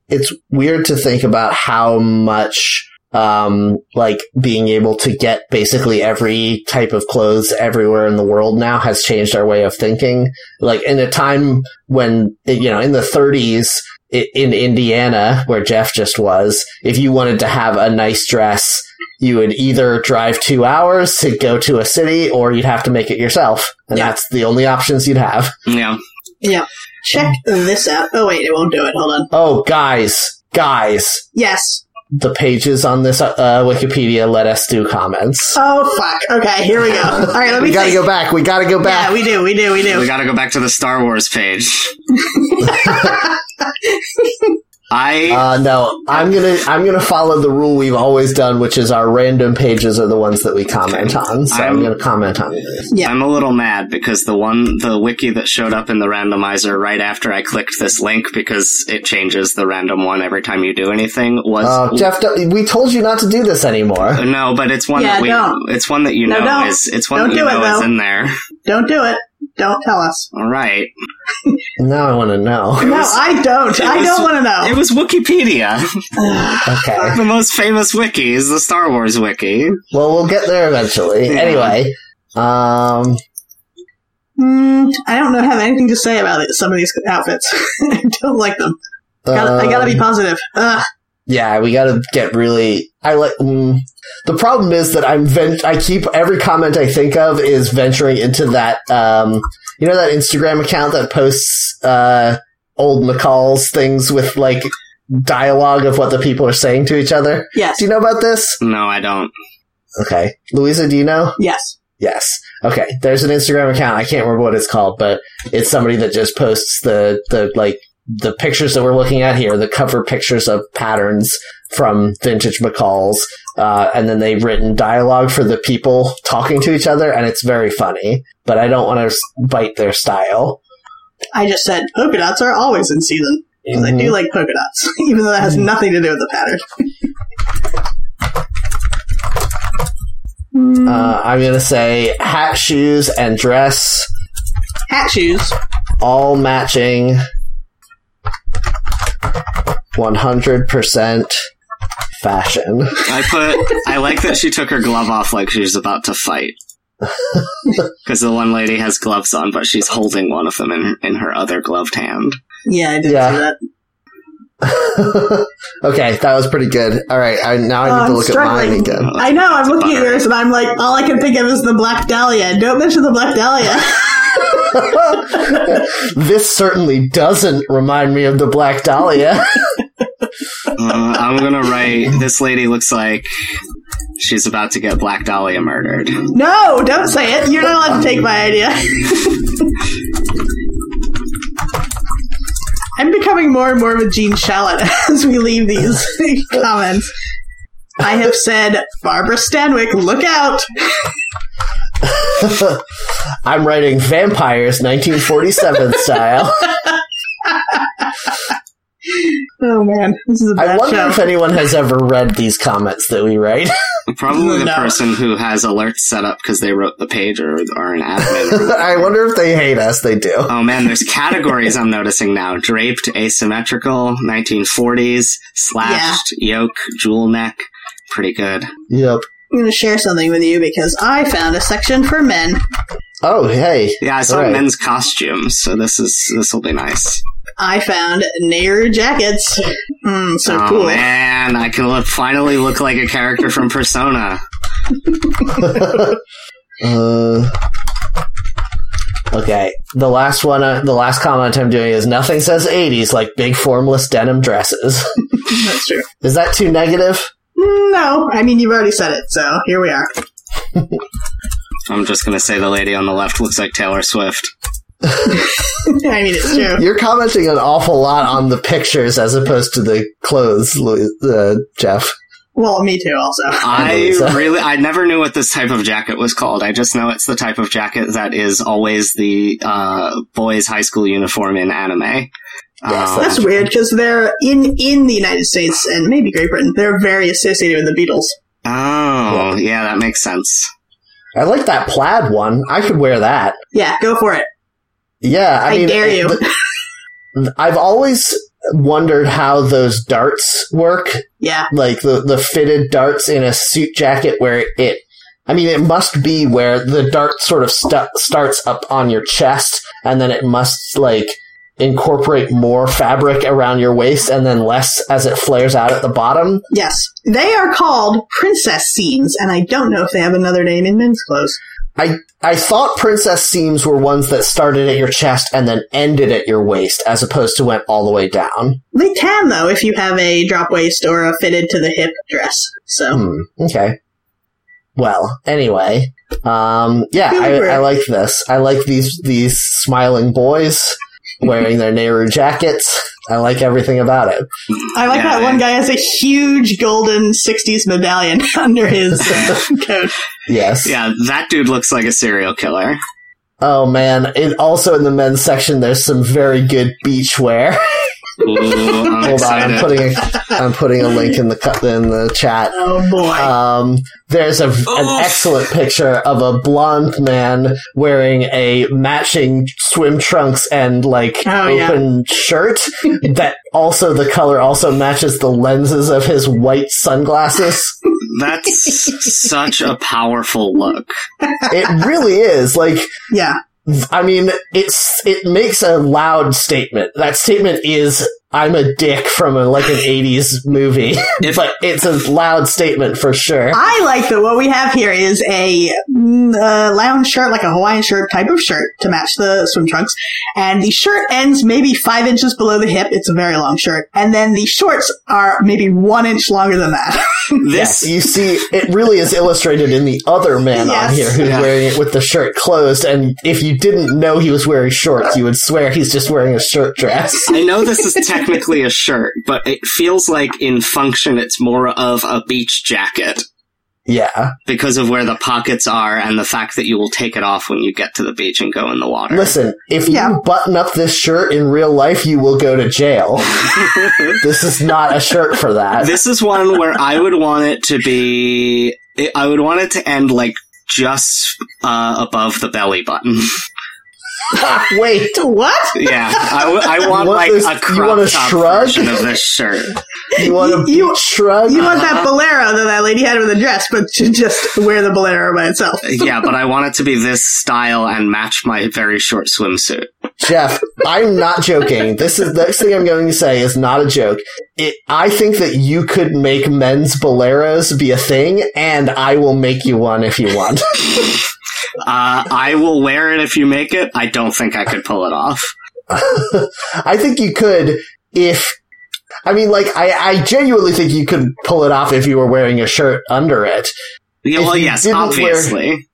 A: it's weird to think about how much um like being able to get basically every type of clothes everywhere in the world now has changed our way of thinking like in a time when you know in the 30s i- in Indiana where Jeff just was if you wanted to have a nice dress you would either drive 2 hours to go to a city or you'd have to make it yourself and
C: Yeah.
A: that's the only options you'd have
B: Yeah,
C: Check this out. Oh wait, it won't do it. Hold on.
A: oh guys guys
C: Yes.
A: the pages on this uh, Wikipedia let us do comments.
C: Oh fuck. Okay, here we go. All right, let me.
A: we gotta
C: think.
A: go back. We gotta go
C: Yeah,
A: back.
C: we do. We do.
B: we
C: We do.
B: got to go back to the Star Wars page. I
A: uh, no, I'm gonna I'm gonna follow the rule we've always done, which is our random pages are the ones that we comment on. So I'm,
B: I'm-
A: gonna comment on these.
C: yeah.
B: I'm a little mad because the one the wiki that showed up in the randomizer right after I clicked this link because it changes the random one every time you do anything was
A: Uh, Jeff, don't- we told you not to do this anymore.
B: no, but it's one
C: Yeah,
B: that we
C: don't.
B: it's one that you
C: No,
B: know
C: don't.
B: is it's one
C: Don't
B: that you
C: do it,
B: know is
C: though.
B: in there.
C: Don't do it. Don't tell us.
B: All right.
A: Now I want to know.
C: No, I don't. I
B: was-
C: don't want to
B: It
C: know.
B: was Wikipedia.
A: Okay.
B: the most famous wiki is the Star Wars wiki.
A: Well, we'll get there eventually.
B: Yeah.
A: Anyway, um,
C: Hmm, I don't know, have anything to say about it, some of these outfits. I don't like them. Gotta- I gotta be
A: um,
C: positive. Ugh.
A: Yeah, we gotta get really. I like. Mm, the problem is that I'm vent. I keep every comment I think of is venturing into that. Um, you know that Instagram account that posts uh old McCall's things with like dialogue of what the people are saying to each other.
C: Yes.
A: Do you know about this?
B: No, I don't.
A: Okay, Louisa, do you know?
C: Yes.
A: Yes. Okay. There's an Instagram account. I can't remember what it's called, but it's somebody that just posts the, the, like, the pictures that we're looking at here, the cover pictures of patterns from vintage McCall's, uh, and then they've written dialogue for the people talking to each other, and it's very funny, but I don't want to bite their style.
C: I just said polka dots are always in season. Because
A: Mm-hmm.
C: I do like polka dots, even though that has nothing to do with the pattern. Hmm,
A: Uh, I'm gonna say hat, shoes, and dress,
C: Hat shoes.
A: all matching 100% fashion.
B: I put. I like that she took her glove off like she was about to fight. Because the one lady has gloves on, but she's holding one of them in in her other gloved hand.
C: Yeah, I did
A: Yeah.
C: see that.
A: okay, that was pretty good. All right, I, now I
C: Oh,
A: need to
C: I'm
A: look
C: struggling.
A: at mine again.
B: Uh,
C: I know, I'm looking at
B: bummer.
C: yours and I'm like, all I can think of is the Black Dahlia. Don't mention the Black Dahlia.
A: this certainly doesn't remind me of the Black Dahlia.
B: Uh, I'm gonna write. This lady looks like she's about to get Black Dahlia murdered.
C: no, don't say it. You're not allowed to take my idea. I'm becoming more and more of a Gene Shalit as we leave these comments. I have said, Barbara Stanwyck, look out!
A: I'm writing vampires 1947 style.
C: Oh man, this is a
A: I
C: bad
A: wonder
C: show.
A: if anyone has ever read these comments that we write.
B: Probably the
C: No.
B: person who has alerts set up because they wrote the page or are an admin.
A: I wonder if they hate us. They do.
B: Oh man, there's categories I'm noticing now. Draped, asymmetrical, 1940s, slashed, yoke, jewel neck. Pretty good.
A: Yep.
C: I'm going to share something with you because I found a section for men.
A: Oh, hey.
B: Yeah, I saw
A: Right.
B: men's costumes, so this is this will be nice.
C: I found Nair jackets. Mm, so
B: oh
C: cool.
B: man, I can look, finally look like a character from Persona.
A: Uh, okay. The last one, uh, the last comment I'm doing is nothing says 80s like big formless denim dresses.
C: That's true.
A: Is that too negative?
C: No, I mean you've already said it, so here we are.
B: I'm just gonna say the lady on the left looks like Taylor Swift.
C: I mean it's true.
A: You're commenting an awful lot on the pictures as opposed to the clothes, Louis, uh, Jeff.
C: Well, me too. Also,
B: I
A: Lisa.
B: really, I never knew what this type of jacket was called. I just know it's the type of jacket that is always the uh, boys' high school uniform in anime. Um,
C: that's weird because they're in in the United States and maybe Great Britain. They're very associated with the Beatles.
B: Oh, yeah, that makes sense.
A: I like that plaid one. I could wear that.
C: Yeah, go for it.
A: Yeah, I,
C: I,
A: mean, uh, eh,
C: dare you.
A: I've always wondered how those darts work,
C: yeah,
A: like the the fitted darts in a suit jacket, where it. I mean, it must be where the dart sort of stu- starts up on your chest, and then it must like incorporate more fabric around your waist, and then less as it flares out at the bottom.
C: yes. They are called princess scenes, and I don't know if they have another name in men's clothes.
A: I I thought princess seams were ones that started at your chest and then ended at your waist, as opposed to went all the way down.
C: They can though if you have a drop waist or a fitted to the hip dress. So
A: Hmm. Okay. Well, anyway, um, yeah,
C: Super.
A: I, I like this. I like these these smiling boys wearing their Nehru jackets. I like everything about it.
C: I like
B: Yeah,
C: that one guy has a huge golden '60s medallion under his coat.
A: Yes.
B: Yeah, that dude looks like a serial killer.
A: Oh man! And also in the men's section, there's some very good beach wear.
B: Ooh, I'm
A: Hold on,
B: excited.
A: I'm putting a, I'm putting a link in the cu- in the chat.
C: Oh boy.
A: Um, there's a, an excellent picture of a blonde man wearing a matching swim trunks and like
C: Oh, yeah.
A: open shirt that also the color also matches the lenses of his white sunglasses.
B: That's such a powerful look.
A: it really is like
C: yeah.
A: I mean it's it makes a loud statement. That statement is I'm a dick from a, like an 80s movie,
B: If-
A: but it's a loud statement for sure.
C: I like that what we have here is a mm, uh, lounge shirt, like a Hawaiian shirt type of shirt to match the swim trunks. And the shirt ends maybe five inches below the hip. It's a very long shirt. And then the shorts are maybe one inch longer than that.
B: This
A: Yes, you see, it really is illustrated in the other man on
C: Yes.
A: here who's
B: Yeah.
A: wearing it with the shirt closed. And if you didn't know he was wearing shorts, you would swear he's just wearing a shirt dress.
B: I know this is technically a shirt, but it feels like in function it's more of a beach jacket
A: Yeah.
B: because of where the pockets are and the fact that you will take it off when you get to the beach and go in the water.
A: Listen, if you
C: Yeah.
A: button up this shirt in real life, you will go to jail. this is not a shirt for that.
B: this is one where I would want it to be. I- I would want it to end like just uh, above the belly button.
A: Wait.
C: what?
B: yeah, I, w- I want,
A: You want
B: like
A: this-
B: a
A: you
B: crop
A: want a
B: top
A: shrug?
B: version of this shirt.
A: You want to
C: You-
A: you, shrug?
C: You want that bolero that that lady had with the dress, but to just wear the bolero by itself.
B: Yeah, but I want it to be this style and match my very short swimsuit.
A: Jeff, I'm not joking. This is the next thing I'm going to say is not a joke. It, I think that you could make men's boleros be a thing, and I will make you one if you want.
B: Uh, I will wear it if you make it. I don't think I could pull it off.
A: I think you could if. I mean, like, I, I genuinely think you could pull it off if you were wearing a shirt under it.
B: Yeah,
A: If
B: well,
A: you
B: yes,
A: didn't wear-
B: obviously.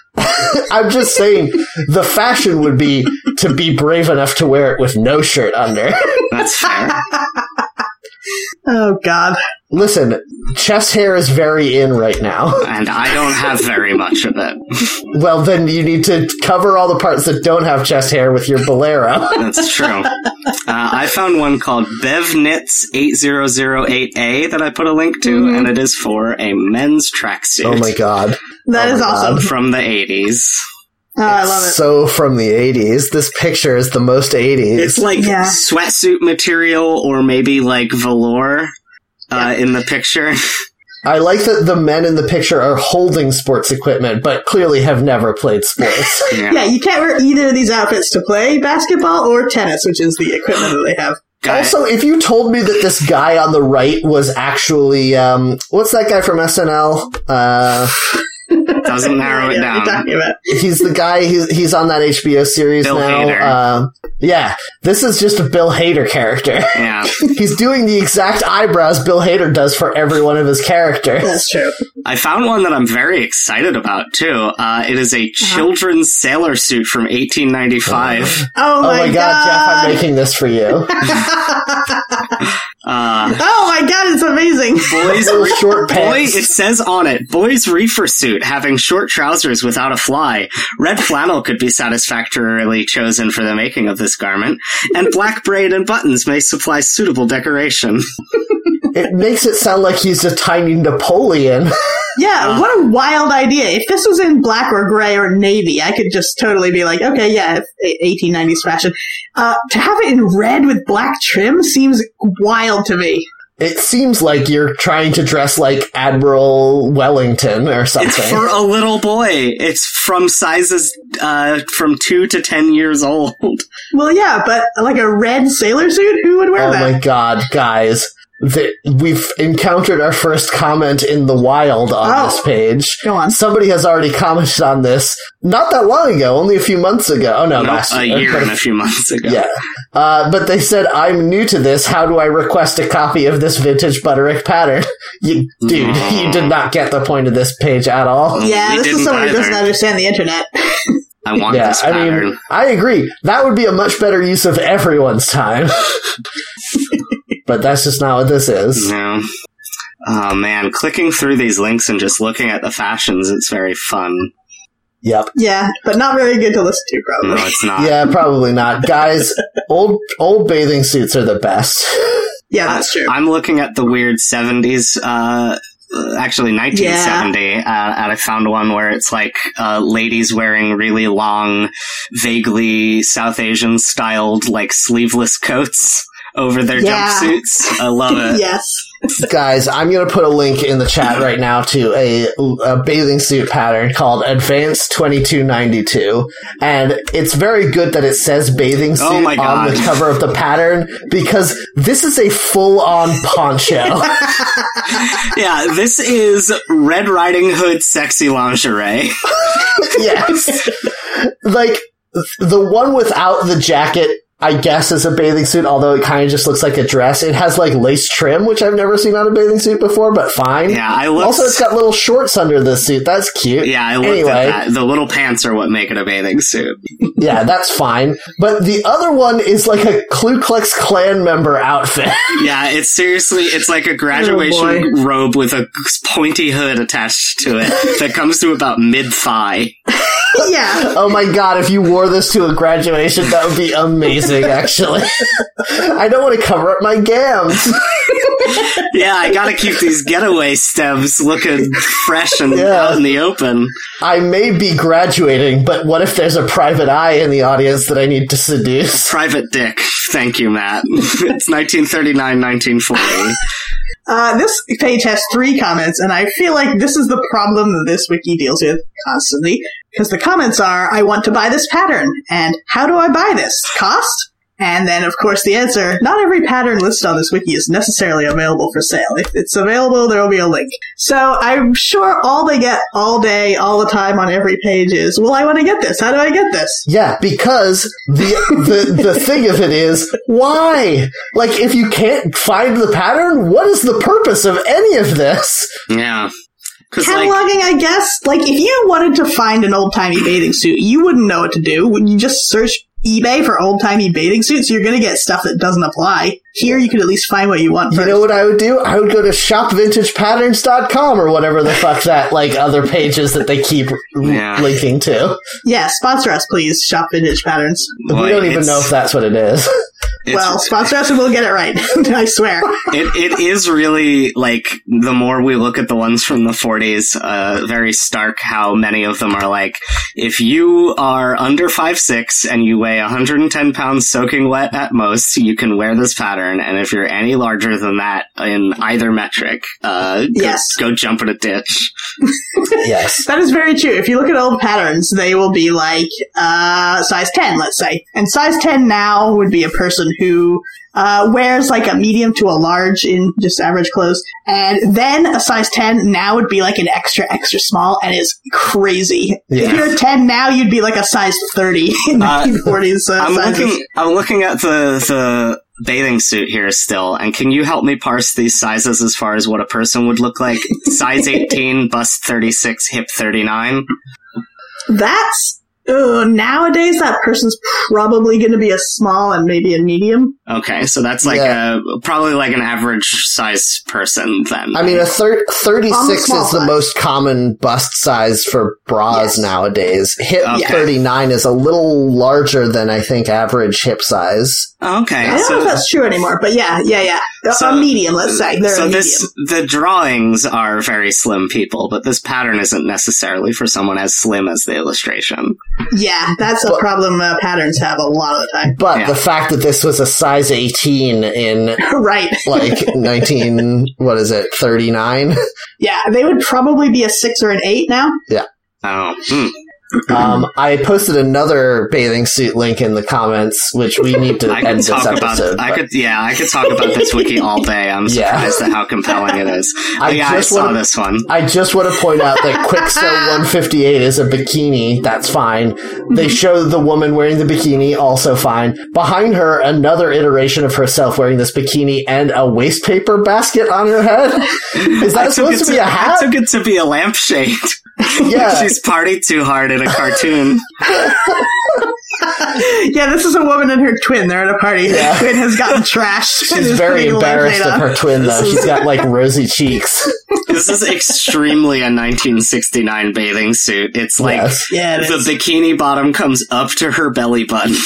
A: I'm just saying, the fashion would be to be brave enough to wear it with no shirt under.
B: That's fair.
C: Oh God.
A: Listen, chest hair is very in right now.
B: and I don't have very much of it.
A: Well, then you need to cover all the parts that don't have chest hair with your bolero.
B: That's true. Uh, I found one called BevNits8008A that I put a link to, and it is for a men's tracksuit.
A: Mm-hmm. oh my god.
C: that
A: Oh
C: is
A: my
C: awesome.
B: From the 80s.
C: Oh, I love it.
A: So from the 80s. This picture is the most 80s.
B: It's like
C: Yeah.
B: sweatsuit material or maybe like velour uh, in the picture.
A: I like that the men in the picture are holding sports equipment, but clearly have never played sports.
C: Yeah, you can't wear either of these outfits to play basketball or tennis, which is the equipment that they have.
B: Guy-
A: also, if you told me that this guy on the right was actually, um, what's that guy from SNL? Uh,
B: doesn't narrow it
C: Yeah, you're
B: down.
C: talking about.
A: he's the guy he's, he's on that HBO series
B: Bill
A: now.
B: Hader.
A: Uh, yeah, this is just a Bill Hader character.
B: Yeah,
A: He's doing the exact eyebrows Bill Hader does for every one of his characters.
C: That's true.
B: I found one that I'm very excited about too. Uh, it is a
A: Uh-huh.
B: children's sailor suit from 1895.
C: Oh,
A: Oh, my god, Jeff, I'm making this for you.
B: Uh,
C: oh my god, it's amazing.
B: boys,
A: Little short
B: Boy,
A: pants.
B: it says on it, boy's reefer suit having short trousers without a fly. Red flannel could be satisfactorily chosen for the making of this garment, and black braid and buttons may supply suitable decoration.
A: It makes it sound like he's a tiny Napoleon.
C: Yeah,
A: Ah.
C: what a wild idea. If this was in black or gray or navy, I could just totally be like, okay, yeah, it's 1890s fashion. Uh, to have it in red with black trim seems wild to me.
A: It seems like you're trying to dress like Admiral Wellington or
B: It's
A: something.
B: for a little boy. It's from sizes uh, from two to ten years old.
C: Well, yeah, but like a red sailor suit, who would wear
A: Oh
C: that?
A: my god, guys. The, we've encountered our first comment in the wild on
C: Oh.
A: this page.
C: Go on.
A: Somebody has already commented on this not that long ago, only a few months ago. Oh no,
B: No,
A: last
B: a
A: year.
B: year
A: But
B: and a few months ago.
A: Yeah. Uh, but they said, I'm new to this. How do I request a copy of this vintage Butterick pattern? You, dude,
B: Mm.
A: you did not get the point of this page at all.
C: Yeah,
B: We
C: this
B: didn't
C: is someone who doesn't
B: either.
C: understand the internet.
B: I want
A: Yeah,
B: this
A: I
B: pattern.
A: mean, I agree. That would be a much better use of everyone's time. but that's just not what this is.
B: No. Oh man, clicking through these links and just looking at the fashions, it's very fun.
A: Yep.
C: Yeah, but not very good to listen to,
B: No,
C: probably.
B: it's not.
A: Yeah, probably not. Guys, old old bathing suits are the best.
C: Yeah, that's true.
B: I'm looking at the weird 70s, uh, actually 1970, uh, and I found one where it's like uh, ladies wearing really long, vaguely South Asian styled, like sleeveless coats over their
C: Yeah.
B: jumpsuits. I love it.
C: yes.
A: Guys, I'm going to put a link in the chat right now to a, a bathing suit pattern called Advanced 2292. And it's very good that it says bathing suit
B: Oh my
A: on
B: God.
A: the cover of the pattern because this is a full on poncho.
B: Yeah, this is Red Riding Hood sexy lingerie.
A: yes. Like the one without the jacket, I guess, is a bathing suit, although it kind of just looks like a dress. It has like lace trim, which I've never seen on a bathing suit before, but fine.
B: Yeah, I looked.
A: Also, it's got little shorts under the suit. That's cute.
B: yeah, I looked
A: Anyway.
B: at that. The little pants are what make it a bathing suit.
A: Yeah, that's fine. But the other one is like a Ku Klux Klan member outfit.
B: Yeah, it's seriously, it's like a
A: Oh,
B: graduation robe with a pointy hood attached to it that comes to about mid thigh.
C: Yeah.
A: oh my god, if you wore this to a graduation, that would be amazing, actually. I don't want to cover up my gams.
B: Yeah, I gotta keep these getaway stems looking fresh and
A: Yeah.
B: out in the open.
A: I may be graduating, but what if there's a private eye in the audience that I need to seduce?
B: Private Dick. Thank you, Matt. it's 1939, 1940.
C: Uh, this page has three comments, and I feel like this is the problem that this wiki deals with constantly. Because the comments are, I want to buy this pattern, and how do I buy this? Cost? And then, of course, the answer, not every pattern listed on this wiki is necessarily available for sale. If it's available, there will be a link. So I'm sure all they get all day, all the time on every page is, well, I want to get this. How do I get this?
A: Yeah, because the, the the thing of it is, why? Like, if you can't find the pattern, what is the purpose of any of this?
B: yeah. 'Cause, like,
C: Cataloging, I guess. Like, if you wanted to find an old timey bathing suit, you wouldn't know what to do. Wouldn't you just search eBay for old timey bathing suits? You're going to get stuff that doesn't apply. Here, you could at least find what you want
A: You
C: first.
A: know what I would do? I would go to shopvintagepatterns.com or whatever the fuck that, like, other pages that they keep
B: Yeah.
A: linking to.
C: yeah, sponsor us, please. Shop Vintage Patterns.
A: we
B: boy,
A: don't even
B: it's-
A: know if that's what it is.
B: it's-
C: well, sponsor us and we'll get it right. I swear.
B: it, it is really like the more we look at the ones from the 40s, uh, very stark how many of them are like, if you are under 5'6 and you weigh 110 pounds soaking wet at most, you can wear this pattern. And if you're any larger than that in either metric, uh, go-
C: Yes.
B: go, jump in a ditch.
A: yes.
C: That is very true. If you look at old patterns, they will be like uh, size 10, let's say. And size 10 now would be a person who uh, wears like a medium to a large in just average clothes. And then a size 10 now would be like an extra, extra small and is crazy.
A: Yeah.
C: If you're 10 now, you'd be like a size 30 in
B: Uh,
C: 1940s uh,
B: I'm
C: sizes.
B: looking, I'm looking at the, the, Bathing suit here still, and can you help me parse these sizes as far as what a person would look like? Size 18, bust 36, hip 39.
C: That's. Uh, nowadays, that person's probably going to be a small and maybe a medium.
B: Okay, so that's like a probably like an average size person then.
A: I mean, a thir-
C: On the
A: 36
C: small
A: is the
C: size.
A: most common bust size for bras
C: Yes.
A: nowadays. Hip
B: Okay.
A: 39 is a little larger than I think average hip size.
B: okay,
C: I don't know if
B: so
C: that's true anymore, but yeah, yeah, yeah. A-
B: So-
C: a medium, let's say. They're
B: so
C: a
B: this the drawings are very slim people, but this pattern isn't necessarily for someone as slim as the illustration.
C: medium. Yeah, that's a
A: But-
C: problem uh, patterns have a lot of the time.
A: But
B: Yeah.
A: the fact that this was a size 18 in
C: right.
A: like 19, what is it, 39?
C: Yeah, they would probably be a six or an eight now.
B: Oh, hmm.
A: Um, I posted another bathing suit link in the comments, which we need to
B: I
A: end
B: could
A: this
B: talk
A: episode.
B: about I
A: but
B: could yeah I could talk about this wiki all day. I'm
A: Yeah.
B: surprised at how compelling it is.
A: I
B: But yeah, I
A: just
B: saw
A: wanna-
B: this one.
A: I just want to point out that Quickso 158 is a bikini. That's fine. They
B: Mhm.
A: show the woman wearing the bikini, also fine. Behind her, another iteration of herself wearing this bikini and a waste paper basket on her head. Is that
B: I took
A: supposed
B: it
A: to be a hat?
B: I took it to be a lampshade.
A: Yeah.
B: She's partied too hard in a cartoon.
C: yeah, this is a woman and her twin. They're at a party.
A: Yeah.
C: Twin has gotten trashed. and
A: She's
C: is
A: very
C: putting lemonade
A: embarrassed of
C: on.
A: her twin, though. She's got like rosy cheeks.
B: This is extremely a 1969 bathing suit. It's like
A: Yes.
C: Yeah, it
B: the
C: is.
B: bikini bottom comes up to her belly button.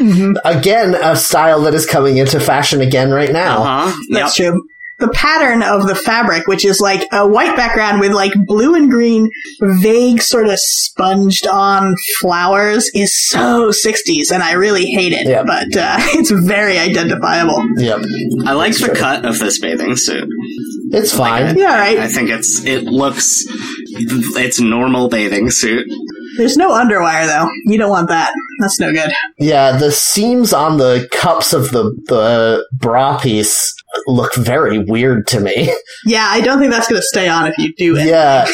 C: Mhm.
A: Again, a style that is coming into fashion again right now.
B: Uh-huh. Yep.
C: That's true. The pattern of the fabric, which is like a white background with like blue and green, vague sort of sponged on flowers, is so 60s, and I really hate it,
A: Yeah.
C: but uh, it's very identifiable.
A: Yep.
B: I like the cut of this bathing suit.
A: It's fine.
C: Yeah, all
B: I
C: right.
B: think it's it looks it's normal bathing suit.
C: There's no underwire, though. You don't want that. That's no good.
A: Yeah, the seams on the cups of the, the bra piece look very weird to me.
C: Yeah, I don't think that's going to stay on if you do it.
A: Yeah.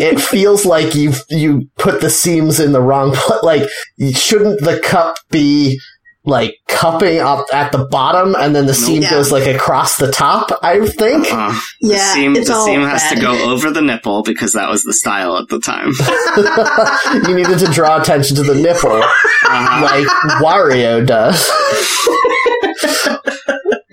A: It feels like you you put the seams in the wrong pla- like you- shouldn't the cup be like cupping up at the bottom and then the seam
C: Yeah.
A: goes like across the top, I think.
B: Uh,
C: Yeah,
B: the seam,
C: it's
B: the
C: all
B: seam has
C: bad.
B: to go over the nipple because that was the style at the time.
A: you needed to draw attention to the nipple
B: Uh-huh.
A: like Wario does.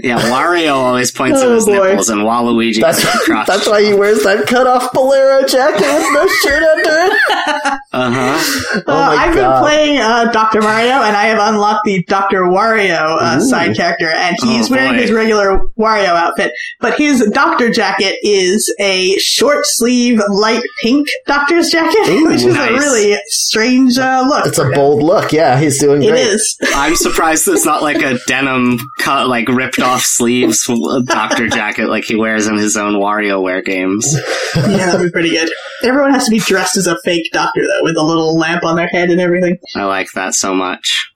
B: Yeah, Wario always points at
C: Oh,
B: his
C: boy.
B: nipples, and Waluigi
A: That's
B: has a crotch.
A: that's why he wears that cut off bolero jacket with no shirt under it.
B: Uh huh.
A: Oh
C: Uh,
A: my God.
C: I've been playing uh, Dr. Mario, and I have unlocked the Dr. Wario uh,
A: Ooh.
C: side character, and he's
B: Oh,
C: wearing
B: boy.
C: his regular Wario outfit, but his doctor jacket is a short sleeve, light pink doctor's jacket,
A: Ooh,
C: which is
B: nice.
C: a really strange uh, look.
A: It's a bold look. Yeah, he's doing
C: It
A: great.
C: is.
B: I'm surprised it's not like a denim cut, like ripped off sleeves doctor jacket like he wears in his own WarioWare games.
C: yeah, that'd be pretty good. Everyone has to be dressed as a fake doctor, though, with a little lamp on their head and everything.
B: I like that so much.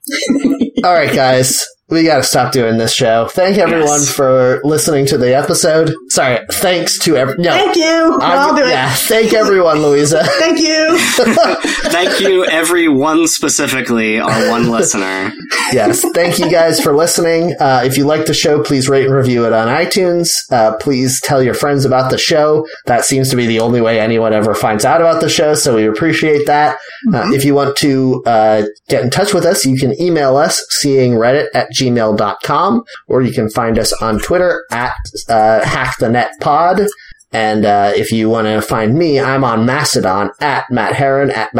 A: All right, guys. We got to stop doing this show. Thank everyone
B: Yes.
A: for listening to the episode. Sorry, thanks to every. No,
C: Thank you!
A: I'm-
C: I'll do it.
A: Yeah, thank everyone, Louisa.
C: Thank you!
B: Thank you, everyone specifically, our one listener.
A: yes, thank you guys for listening. Uh, if you like the show, please rate and review it on iTunes. Uh, please tell your friends about the show. That seems to be the only way anyone ever finds out about the show, so we appreciate that. Uh, if you want to uh, get in touch with us, you can email us, seeingreddit at gmail.com, or you can find us on Twitter at uh, hackthenetpod. And uh, if you want to find me, I'm on Mastodon at Matt Heron at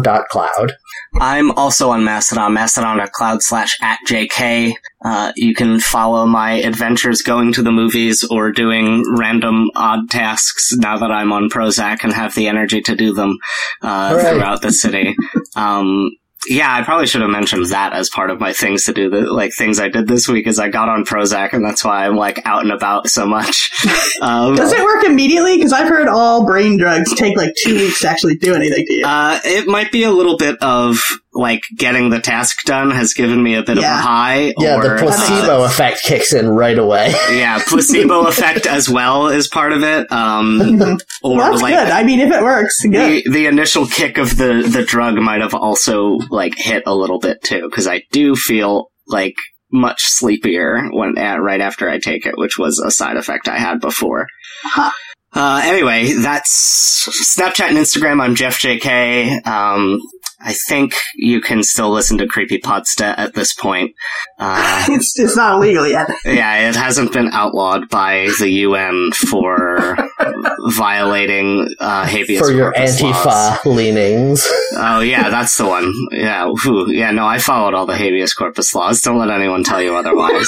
A: mastodon.cloud.
B: I'm also on Mastodon, mastodon.cloud slash at JK. Uh, you can follow my adventures going to the movies or doing random odd tasks now that I'm on Prozac and have the energy to do them uh,
A: All right.
B: throughout the city. Um, yeah, I probably should have mentioned that as part of my things to do, the, like things I did this week is I got on Prozac and that's why I'm like out and about so much. Um,
C: Does it work immediately? Because I've heard all brain drugs take like two weeks to actually do anything to you.
B: Uh, it might be a little bit of like getting the task done has given me a bit of
C: Yeah.
B: a high.
A: Yeah,
B: or,
A: the placebo
B: uh,
A: effect kicks in right away.
B: yeah, placebo effect as well is part of it.
A: Uh,
B: Um, or
C: well, that's
B: like
C: good. I mean, if it works,
B: the
C: good.
B: the initial kick of the the drug might have also like hit a little bit too because I do feel like much sleepier when at, right after I take it, which was a side effect I had before.
C: Huh.
A: Uh-huh.
B: Uh, anyway, that's Snapchat and Instagram. I'm Jeff JK. Um, I think you can still listen to Creepy Podsta at this point. Uh,
C: It's, it's not illegal yet.
B: yeah, it hasn't been outlawed by the UN for violating uh, habeas
A: for your
B: corpus
A: Antifa
B: laws.
A: leanings.
B: Oh yeah, that's the one. Yeah, whew. yeah. No, I followed all the habeas corpus laws. Don't let anyone tell you otherwise.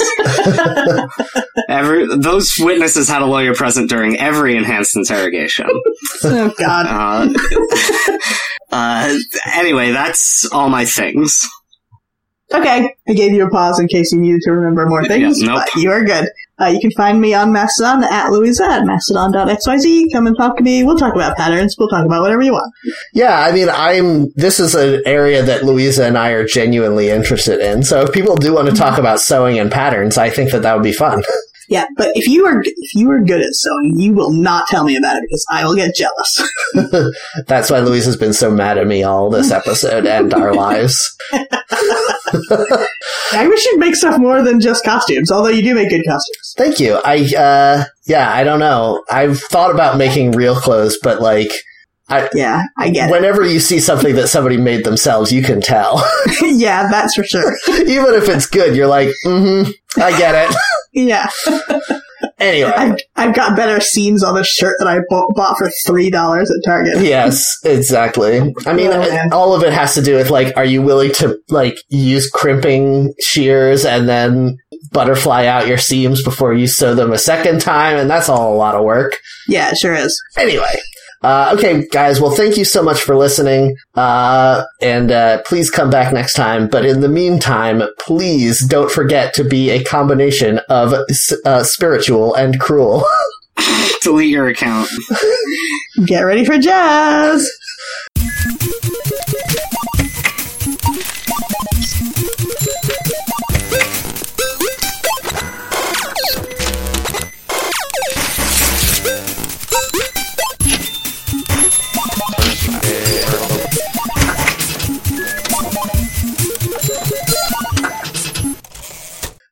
B: every those witnesses had a lawyer present during every enhanced interrogation.
C: Oh
B: Uh,
C: God.
B: uh, anyway, that's all my things.
C: Okay, I gave you a pause in case you needed to remember more things.
B: Yeah, nope.
C: But you are good. Uh, you can find me on Mastodon at Louisa at mastodon.xyz. Come and talk to me. We'll talk about patterns. We'll talk about whatever you want.
A: yeah, I mean, I'm. This is an area that Louisa and I are genuinely interested in. So if people do want to talk about sewing and patterns, I think that that would be fun.
C: Yeah, but if you are if you are good at sewing, you will not tell me about it because I will get jealous.
A: That's why Louisa's been so mad at me all this episode and our lives.
C: I wish you'd make stuff more than just costumes. Although you do make good costumes.
A: Thank you. I uh, yeah, I don't know. I've thought about making real clothes, but like. I-
C: yeah, I get it.
A: Whenever you see something that somebody made themselves, you can tell.
C: yeah, that's for sure.
A: Even if it's good, you're like, mm hmm, I get it.
C: Yeah,
A: Anyway,
C: I've, I've got better scenes on this shirt that I bo- bought for three dollars at Target.
A: yes, exactly. I mean,
C: Oh, man.
A: all of it has to do with like, are you willing to like use crimping shears and then butterfly out your seams before you sew them a second time? And that's all a lot of work.
C: Yeah, it sure is.
A: Anyway. Uh, okay, guys. Well, thank you so much for listening. Uh, and uh, please come back next time. But in the meantime, please don't forget to be a combination of s- uh, spiritual and cruel.
B: Delete your account.
C: Get ready for jazz.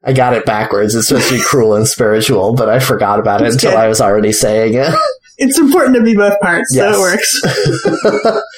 A: I got it backwards. It's supposed to be cruel and spiritual, but I forgot about it
C: It's
A: until
C: good.
A: I was already saying it.
C: It's important to be both parts, so
A: Yes.
C: it works.